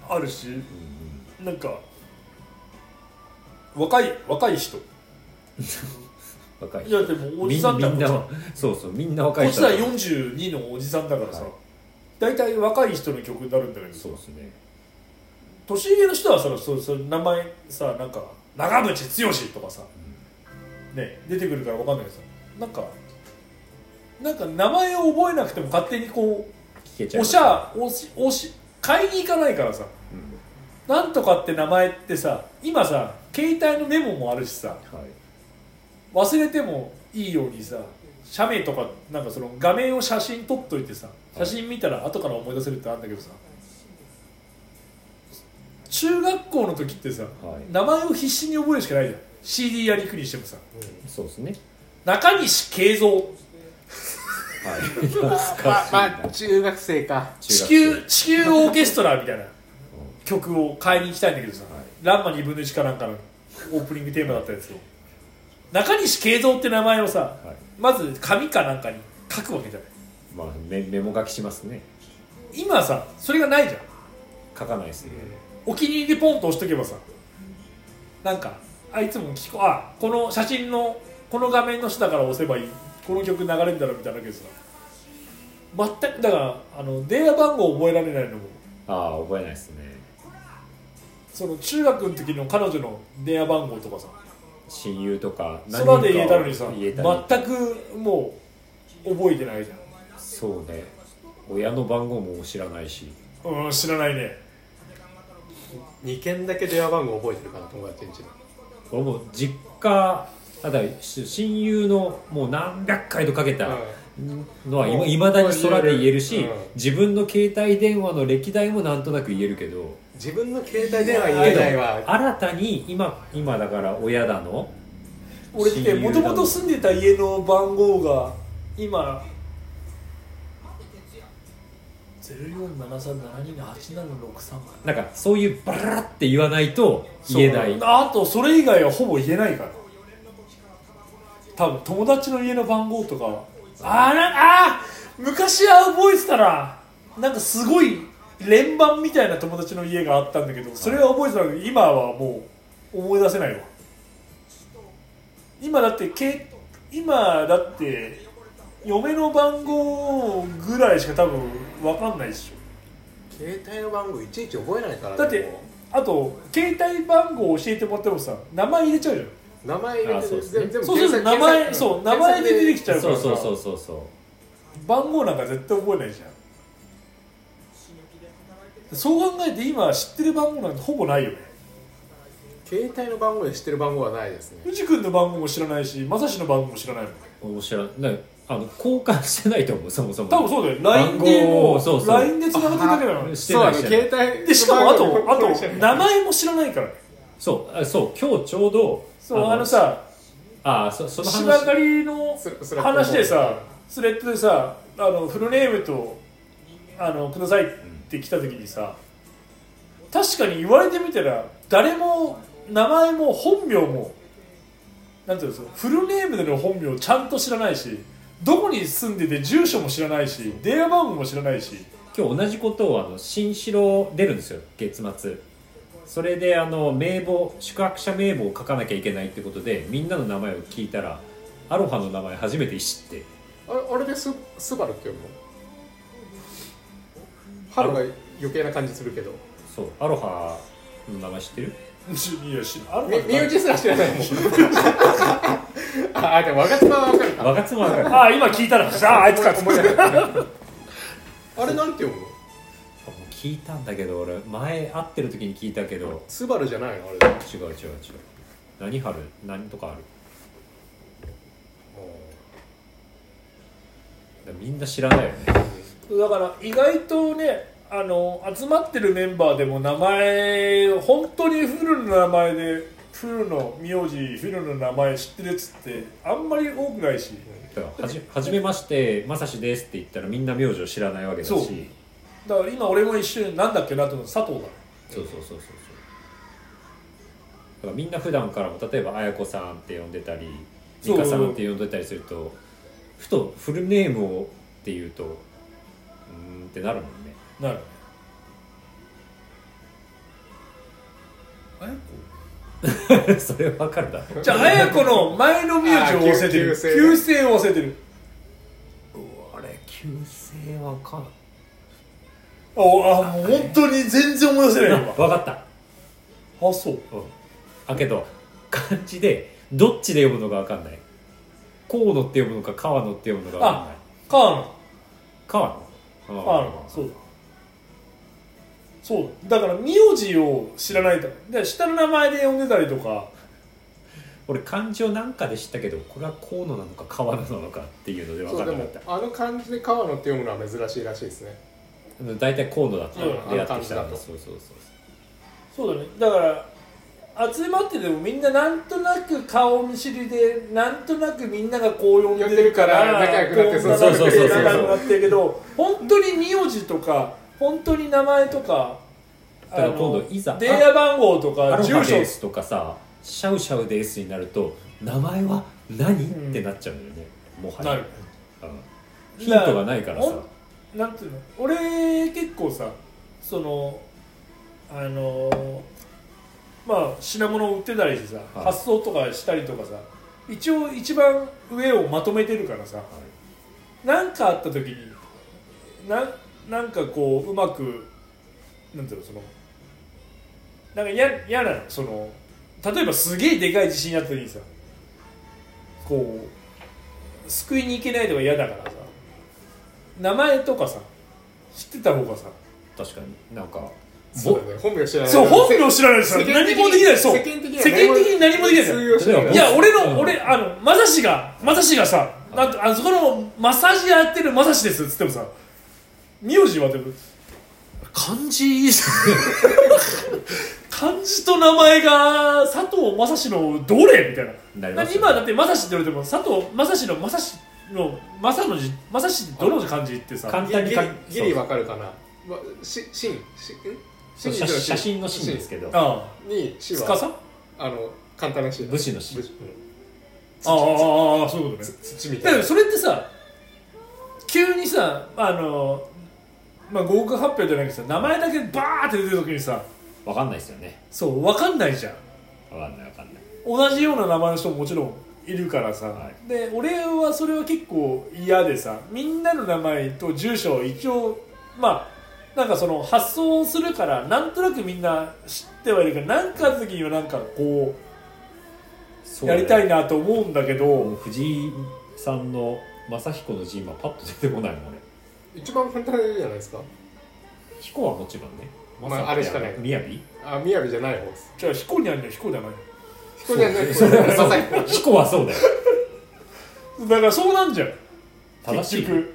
Speaker 1: あるし
Speaker 2: うん
Speaker 1: なんか若い若い人
Speaker 2: うん、若い
Speaker 1: いやでもお
Speaker 2: み
Speaker 1: じ
Speaker 2: ん
Speaker 1: さんだ
Speaker 2: みんなそうそうみんな若
Speaker 1: こ
Speaker 2: い
Speaker 1: いつら42のおじさんだからさ、
Speaker 2: はい
Speaker 1: 大体若い人の曲になるんだけどさ
Speaker 2: そうですね
Speaker 1: 年上の人はさそうそう名前さなんか長渕剛とかさ、ね出てくるから分かんないけどさなんかなんか名前を覚えなくても勝手にこ
Speaker 2: 聞け
Speaker 1: う
Speaker 2: ちゃい
Speaker 1: お
Speaker 2: ます
Speaker 1: しゃおしおし買いに行かないからさ
Speaker 2: うん
Speaker 1: なんとかって名前ってさ今さ携帯のメモもあるしさ
Speaker 2: はい
Speaker 1: 忘れてもいいようにさ写メとかなんかその画面を写真撮っといてさ写真見たら後から思い出せるってあるんだけどさ中学校の時ってさ
Speaker 2: はい
Speaker 1: 名前を必死に覚えるしかないじゃん CD やりくりしてもさ
Speaker 2: そうですね
Speaker 1: 中西慶三
Speaker 2: はい 懐かしいな
Speaker 4: ままあ中学生か
Speaker 2: 中
Speaker 1: 地
Speaker 2: 学生
Speaker 1: 球地球オーケストラみたい な曲を買いに行きたいんだけどさ「ランマ2分の1」かなんかのオープニングテーマだったやつを中西慶三って名前をさ
Speaker 2: はい
Speaker 1: まず紙かなんかに書くわけじゃない
Speaker 2: まあメメモ書きしますね
Speaker 1: 今さそれがないじゃん
Speaker 2: 書かないですね
Speaker 1: お気に入りポンと押しとけばさなんかあいつも聞こあこの写真のこの画面の下から押せばいいこの曲流れるんだろうみたいなわけですな全くだからあの電話番号覚えられないのも
Speaker 2: ああ覚えないですね
Speaker 1: その中学の時の彼女の電話番号とかさ
Speaker 2: 親友とか
Speaker 1: そばで言えたのにさ
Speaker 2: 言えたり
Speaker 1: 全くもう覚えてないじゃ
Speaker 2: そうね親の番号も知らないし
Speaker 1: んうん知らないね
Speaker 3: 2件だけ電話番号覚えてるかな友達んちの
Speaker 2: 俺もう実家あだからし親友のもう何百回とかけた
Speaker 3: うん
Speaker 2: のはいまだに空で言えるし、
Speaker 3: うん
Speaker 2: 自分の携帯電話の歴代もなんとなく言えるけど
Speaker 5: 自分の携帯電話言えないわ
Speaker 2: 新たに今今だから親だの
Speaker 1: 俺ってもともと住んでた家の番号が今0473728767
Speaker 2: なんかそういうバララって言わないと言えない
Speaker 1: そうあとそれ以外はほぼ言えないから多分友達の家の番号とかあーなんかあー昔は覚えてたらなんかすごい連番みたいな友達の家があったんだけどそれは覚えてたのに今はもう思い出せないわ今だってけ今だって嫁の番号ぐらいしか多分分かんないでしょ
Speaker 5: 携帯の番号いちいち覚えないからね
Speaker 1: だって
Speaker 5: も
Speaker 1: あと携帯番号を教えてもらってもさ名前入れちゃうじゃん
Speaker 5: う名前入れ
Speaker 2: あ
Speaker 5: て
Speaker 2: そうですね
Speaker 5: 全部
Speaker 1: そうすると名前
Speaker 5: 検索
Speaker 1: そう名
Speaker 5: 検索
Speaker 1: 前で出てきちゃうか
Speaker 2: そ
Speaker 1: ら
Speaker 2: う
Speaker 1: さ
Speaker 2: そうそうそうそう
Speaker 1: 番号なんか絶対覚えないじゃんそう考えて今知ってる番号なんてほぼないよね
Speaker 5: 携帯の番号で知ってる番号はないですね
Speaker 1: 藤君の番号も知らないし正志の番号も知らないもん
Speaker 2: 俺も知らんなあの交換してないと思うそもそも
Speaker 1: 多分そうだよ
Speaker 2: 番
Speaker 1: LINE
Speaker 2: 号
Speaker 1: でも
Speaker 2: そうそう
Speaker 1: LINE で繋がってるだけだから
Speaker 2: して
Speaker 4: そう
Speaker 2: な
Speaker 4: あ
Speaker 2: い
Speaker 4: の
Speaker 2: してない
Speaker 4: 携帯
Speaker 1: でしかも あと あ
Speaker 4: 知ら
Speaker 1: と
Speaker 4: ない
Speaker 1: 名前も知らないからね
Speaker 2: そうあそう今日ちょうど
Speaker 1: そうあのさ
Speaker 2: あそその
Speaker 1: 芝
Speaker 2: 話
Speaker 1: 刈りの
Speaker 3: スラックの方
Speaker 1: 話でさスレッドでさあのフルネームとあのくださいって来た時にさ確かに言われてみたら誰も名前も本名もなんていうんですかフルネームでの本名をちゃんと知らないしどこに住んでて住所も知らないし電話番号も知らないし
Speaker 2: 今日同じことをあの新城出るんですよ月末それであの名簿宿泊者名簿を書かなきゃいけないってことでみんなの名前を聞いたらアロハの名前初めて知って
Speaker 3: あれあれでススバルって読むの春が余計な感じするけど
Speaker 2: そうアロハの名前知ってる
Speaker 1: いやしある
Speaker 3: み
Speaker 1: か
Speaker 3: 身内すら知らないもん ああでも若妻は分かるか
Speaker 2: 若妻が
Speaker 1: ああ今聞いたらさああいつかっつって
Speaker 3: あれなんて読むの
Speaker 2: もう聞いたんだけど俺前会ってる時に聞いたけど
Speaker 3: スバルじゃないのあれ
Speaker 2: 違う違う違う何春何とかあるだからみんな知らないよね
Speaker 1: だから意外とねあの集まってるメンバーでも名前本当にフルの名前でフルの名字フルの名前知ってるやつってあんまり多くないし
Speaker 2: だからはじはじめまして「まさしです」って言ったらみんな名字を知らないわけだし
Speaker 1: そ
Speaker 2: そううそ
Speaker 1: だ
Speaker 2: う
Speaker 1: から今俺も一瞬なんだっけなと思って佐藤だ
Speaker 2: そうそうそうそうだからみんな普段からも例えば「あやこさん」って呼んでたり「
Speaker 1: そ
Speaker 2: 美
Speaker 1: う
Speaker 2: 香さん」って呼んでたりするとふとフルネームをって言うとうーんってなるもんね
Speaker 1: なる
Speaker 2: それわかるだろ
Speaker 1: じゃあ綾子の前の名字を忘れてる
Speaker 3: あー旧姓
Speaker 1: 旧姓を忘れてる
Speaker 2: 俺旧姓わかん
Speaker 1: ああもう本当に全然思い出せない
Speaker 2: わ
Speaker 1: わ
Speaker 2: かった
Speaker 1: あそう
Speaker 2: あけど漢字でどっちで読むのかわかんない河野って読むのか川野って読むのかわかんない
Speaker 1: 川野
Speaker 2: 川野
Speaker 1: あ
Speaker 2: あ
Speaker 1: のそうだそうだだから名字を知らないとで下の名前で呼んでたりとか
Speaker 2: 俺漢字をなんかで知ったけどこれは河野なのか川野なのかっていうので分
Speaker 3: そ
Speaker 2: か
Speaker 3: う
Speaker 2: な
Speaker 3: んで
Speaker 2: か
Speaker 3: も
Speaker 2: った
Speaker 3: あの漢字で川野って読むのは珍しいらしいですね
Speaker 2: あの大体河野だった
Speaker 1: うん
Speaker 2: のでやってきた
Speaker 3: あの感じだ
Speaker 2: の
Speaker 3: と
Speaker 2: そうそうそう
Speaker 1: そうだねだから集まっててもみんななんとなく顔見知りでなんとなくみんながこう呼んでるから
Speaker 3: 呼んでるから仲良くなって
Speaker 1: こう
Speaker 2: そうそうそうそう
Speaker 1: 仲良くなってるけど本当に名字とか本当に名前とか
Speaker 2: だから今度いざ
Speaker 1: 電話番号と
Speaker 2: ア
Speaker 1: か
Speaker 2: ロ
Speaker 1: 住
Speaker 2: ハ
Speaker 1: 所
Speaker 2: ですとかさシャウシャウですになると名前は何、
Speaker 1: ん
Speaker 2: ってなっちゃうんだよねもはや
Speaker 1: なる
Speaker 2: うんヒントがないからさ
Speaker 1: ほんなんていうの俺結構さそのあのーまあ品物を売ってたりしてさ、
Speaker 2: はい
Speaker 1: 発送とかしたりとかさ一応一番上をまとめてるからさ何、なんかあった時になんなんかこううまくなんていうのそのなんか嫌嫌なのその例えばすげえでかい地震あった時にさこう救いに行けないとか嫌だからさ名前とかさ知ってた方がさ
Speaker 2: 確かになんか
Speaker 3: そうだね本名知らない
Speaker 1: そう本
Speaker 3: 世
Speaker 1: 名知らないですよ何もできないそう
Speaker 3: 世間的には
Speaker 1: 世間的に何もできないです
Speaker 3: 通
Speaker 1: よ
Speaker 3: 用しない
Speaker 1: いや俺の、
Speaker 2: うん
Speaker 1: 俺あのまさしがまさしがさなんかあそこのマッサージやってるまさしですっつってもさ名字はでも漢字漢字と名前が佐藤正史のどれみたいな
Speaker 2: なりますよね
Speaker 1: 今だって正史って言われても佐藤正史の正史の正の字正史ってどの漢字ってさ
Speaker 2: 簡
Speaker 3: ギ
Speaker 2: 単に
Speaker 3: リ
Speaker 2: か
Speaker 3: ギリわかるかなわししんしん
Speaker 2: そうそう写写真のシーンですけど
Speaker 1: ああ
Speaker 3: にし
Speaker 1: 司
Speaker 3: は
Speaker 1: あ
Speaker 3: あの簡単なし
Speaker 2: 武士のシ
Speaker 3: 武士
Speaker 2: ー
Speaker 3: うん
Speaker 1: ああああそういうことね
Speaker 3: つ土みた
Speaker 1: だ
Speaker 3: い
Speaker 1: か
Speaker 3: な
Speaker 1: らそれってさ急にさあのまあ合格発表じゃないけどさ名前だけバーって出てる時にさ
Speaker 2: ンわかんないですよね
Speaker 1: そう分かんないじゃん
Speaker 2: わかんないわかんない
Speaker 1: 同じような名前の人ももちろんいるからさ、
Speaker 2: は
Speaker 1: で俺はそれは結構嫌でさみんなの名前と住所を一応まあなんかその発想するからなんとなくみんな知ってはいるけどなんかの時にはなんかこう
Speaker 2: そう
Speaker 1: や
Speaker 2: だね
Speaker 1: りたいなと思うんだけど
Speaker 2: もう藤井さんの正彦の字今パッと出てこないもんね
Speaker 3: 一番簡単なやつじゃないですか
Speaker 2: 彦はもちろんね
Speaker 3: まあ
Speaker 2: 正彦
Speaker 3: あれしかない
Speaker 2: 雅 彦
Speaker 3: あみやびじゃない方です
Speaker 1: じゃあ彦にあるのは彦じゃない
Speaker 3: 彦じゃない彦じゃないまさに
Speaker 2: 彦はそうだよ
Speaker 1: のだからそうなんじゃん
Speaker 2: 正し
Speaker 1: 結
Speaker 2: い
Speaker 1: 局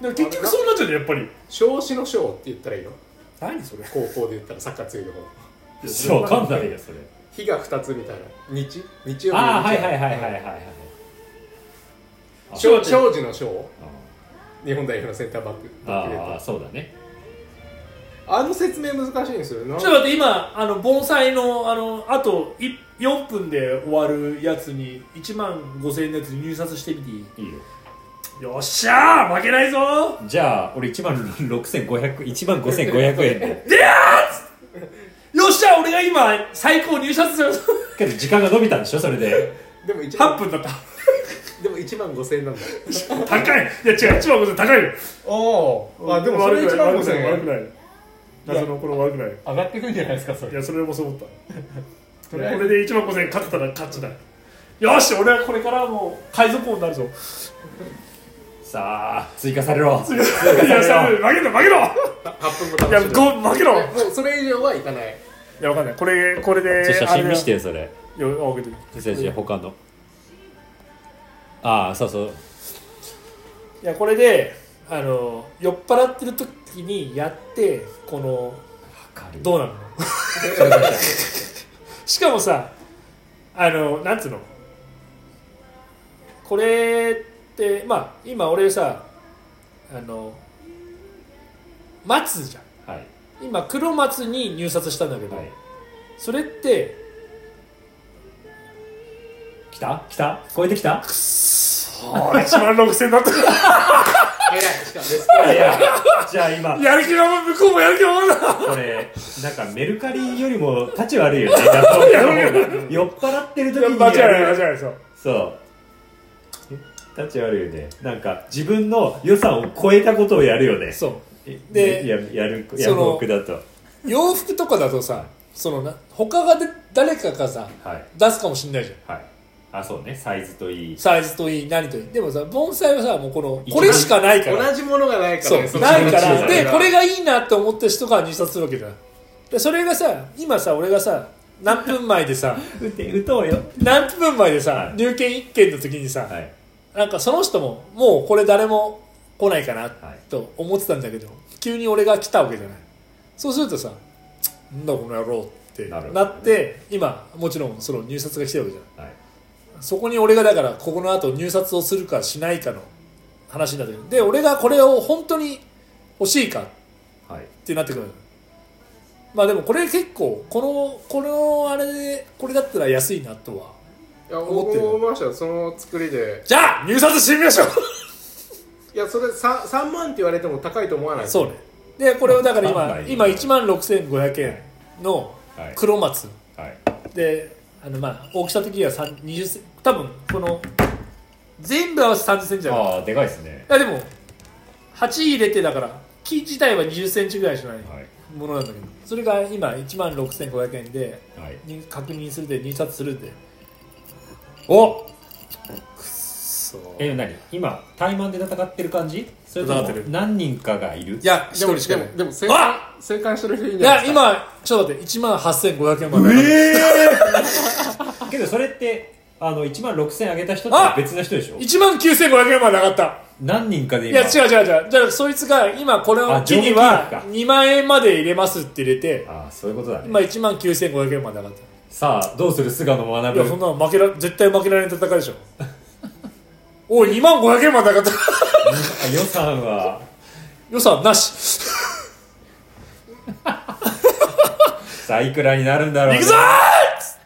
Speaker 1: だから結局そうなっちゃうねやっぱり
Speaker 3: 少子の小って言ったらいいの
Speaker 1: 何それ
Speaker 3: 高校で言ったらサッカー強いところ
Speaker 2: そうわかんないよそれ
Speaker 3: 日が二つみたいな日日曜日の日
Speaker 2: ああはいはいはいはいはいはいあ
Speaker 3: 庄庄司の庄日本代表のセンターバック
Speaker 2: あああそうだね
Speaker 3: あの説明難しいんですよな
Speaker 1: ちょっと待って今あの盆栽のあのあとい4分で終わるやつに1万5000円のやつに入札してみてい
Speaker 2: いいよ
Speaker 1: いよっしゃー負けないぞ
Speaker 2: じゃあ俺1万6500 1万5500円で
Speaker 1: ーよっしゃー俺が今最高入札す る
Speaker 2: けど時間が伸びたんでしょそれで
Speaker 3: でも1
Speaker 1: 8
Speaker 3: 万
Speaker 1: 分だった
Speaker 3: でも1万5千円なんだ
Speaker 1: 高いいや違う1万5000円高いよ
Speaker 3: おおあでもそれ
Speaker 1: 悪く
Speaker 3: 1
Speaker 1: ない
Speaker 3: 万
Speaker 1: 悪
Speaker 3: 5
Speaker 1: くない
Speaker 3: 千
Speaker 1: 悪く
Speaker 3: 円
Speaker 1: ない謎のこれ悪くない
Speaker 4: 上がってくんじゃないですかそ
Speaker 1: いやそれもそう思ったこ
Speaker 3: りあえず
Speaker 1: れで1万5000円勝ってたら勝ちだよし俺はこれからはもう海賊王になるぞ
Speaker 2: さあ追加さ れろ
Speaker 1: いやさ負けろ負けろ
Speaker 3: 8分
Speaker 1: い
Speaker 3: 後
Speaker 1: や
Speaker 3: 楽しみ
Speaker 1: ご負けろい
Speaker 3: もうそれ以上はいかない
Speaker 1: やわかんないこれこれで
Speaker 2: ちょ写
Speaker 1: あれだ
Speaker 2: 真
Speaker 1: よ
Speaker 2: 見してよそれ
Speaker 1: いやあ分けてる
Speaker 2: 先生他のああそうそう
Speaker 1: いやこれであの酔っ払ってる時にやってこのどうなのしかもさあのなんつうのこれってまあ今俺さあの松じゃん
Speaker 2: はい
Speaker 1: 今黒松に入札したんだけど、
Speaker 2: はい
Speaker 1: それって
Speaker 2: 来た来た超えてきた
Speaker 1: ああ1万6000だった
Speaker 3: 早いしかです
Speaker 2: いやじゃあ今
Speaker 1: やる気が向こうもやる気が満々だ
Speaker 2: これなんかメルカリよりも立ち悪い よねなんか酔っ払ってる時
Speaker 1: いや
Speaker 2: に
Speaker 1: 間違い
Speaker 2: や
Speaker 1: ない間違い
Speaker 2: る
Speaker 1: ないですよ
Speaker 2: そう立ち悪いよねなんか自分の予算を超えたことをやるよね
Speaker 1: そう
Speaker 2: で
Speaker 1: で
Speaker 2: ややるや
Speaker 1: そ
Speaker 2: る
Speaker 1: の
Speaker 2: 僕だと
Speaker 1: 洋服とかだとさそのな他がで誰かがさ
Speaker 2: はい
Speaker 1: 出すかもしれないじゃん
Speaker 2: はいあそうねサイズといい
Speaker 1: サイズといい何といいでもさ盆栽はさもうこの
Speaker 2: 一番
Speaker 1: これしかないから
Speaker 3: 同じものがないか
Speaker 1: そう
Speaker 3: らねの
Speaker 1: ないか
Speaker 2: 一番
Speaker 1: ら
Speaker 2: 小さ
Speaker 1: でこれがいいなって思った人が入札するわけじゃんでそれがさ今さ俺がさ何分前で さ
Speaker 2: 打て打とうよ
Speaker 1: 何分前でさ
Speaker 2: はい
Speaker 1: 入券1件の時にさ、
Speaker 2: はい
Speaker 1: なんかその人ももうこれ誰も来ないかな
Speaker 2: はい
Speaker 1: と思ってたんだけど急に俺が来たわけじゃないそうするとさ「なんだこの野郎」って
Speaker 2: なる
Speaker 1: なって今もちろんその入札が来てるわけじゃない
Speaker 2: はい
Speaker 1: そこに俺がだからここの後入札をするかしないかの話になってくるで俺がこれを本当に欲しいかっ
Speaker 2: はい
Speaker 1: てなってくるまあでもこれ結構このこのあれでこれだったら安いなとはい
Speaker 3: や
Speaker 1: 思っ
Speaker 3: 思
Speaker 1: てる
Speaker 3: 思いましたよその作りで
Speaker 1: じゃあ入札してみましょう
Speaker 3: いやそれ 3, 3万って言われても高いと思わない
Speaker 1: そうねでこれをだから
Speaker 2: ま
Speaker 1: 今
Speaker 2: あ
Speaker 1: 今1万6500円の
Speaker 2: はい
Speaker 1: 黒松
Speaker 2: はい
Speaker 1: であのまあ大きさ的には3 20セン多分この全部合わせて30センチだからい
Speaker 2: ああでかいですね
Speaker 1: やでも鉢入れてだから木自体は20センチぐらいしかない
Speaker 2: はい
Speaker 1: ものなんだけどそれが今1万6500円で
Speaker 2: はい
Speaker 1: 入確認するで入札するでおくっそ
Speaker 2: え何今対マンで戦ってる感じそれと
Speaker 1: 戦
Speaker 2: も
Speaker 1: ってる
Speaker 2: 何人かがいる
Speaker 1: いや一
Speaker 3: でも
Speaker 1: 人し
Speaker 3: で
Speaker 1: かいない
Speaker 3: もでも生産
Speaker 1: あ
Speaker 5: 生還してる人いいん
Speaker 1: い
Speaker 5: じゃない
Speaker 1: や
Speaker 5: ですか
Speaker 1: 今ちょっと待って1万8500円まで、
Speaker 2: けどそれってあの1万6000上げた人って別の人でしょ
Speaker 1: 1万9500円まで上がった
Speaker 2: 何人かで
Speaker 1: い
Speaker 2: 今
Speaker 1: や違う違う違うじゃあそいつが今これを
Speaker 2: あ
Speaker 1: 機に
Speaker 2: 上限
Speaker 1: は
Speaker 2: か
Speaker 1: 2万円まで入れますって入れて
Speaker 2: ああそういうことだね
Speaker 1: 今1万9500円まで上がった
Speaker 2: さあどうする菅野学
Speaker 1: いやそん
Speaker 2: ぶ
Speaker 1: なの負けら絶対負けられない戦いでしょおい2万500円まで上がった
Speaker 2: あ予算は
Speaker 1: 予算なし
Speaker 2: さあいくらになるんだろう、ね、
Speaker 1: 行くぞー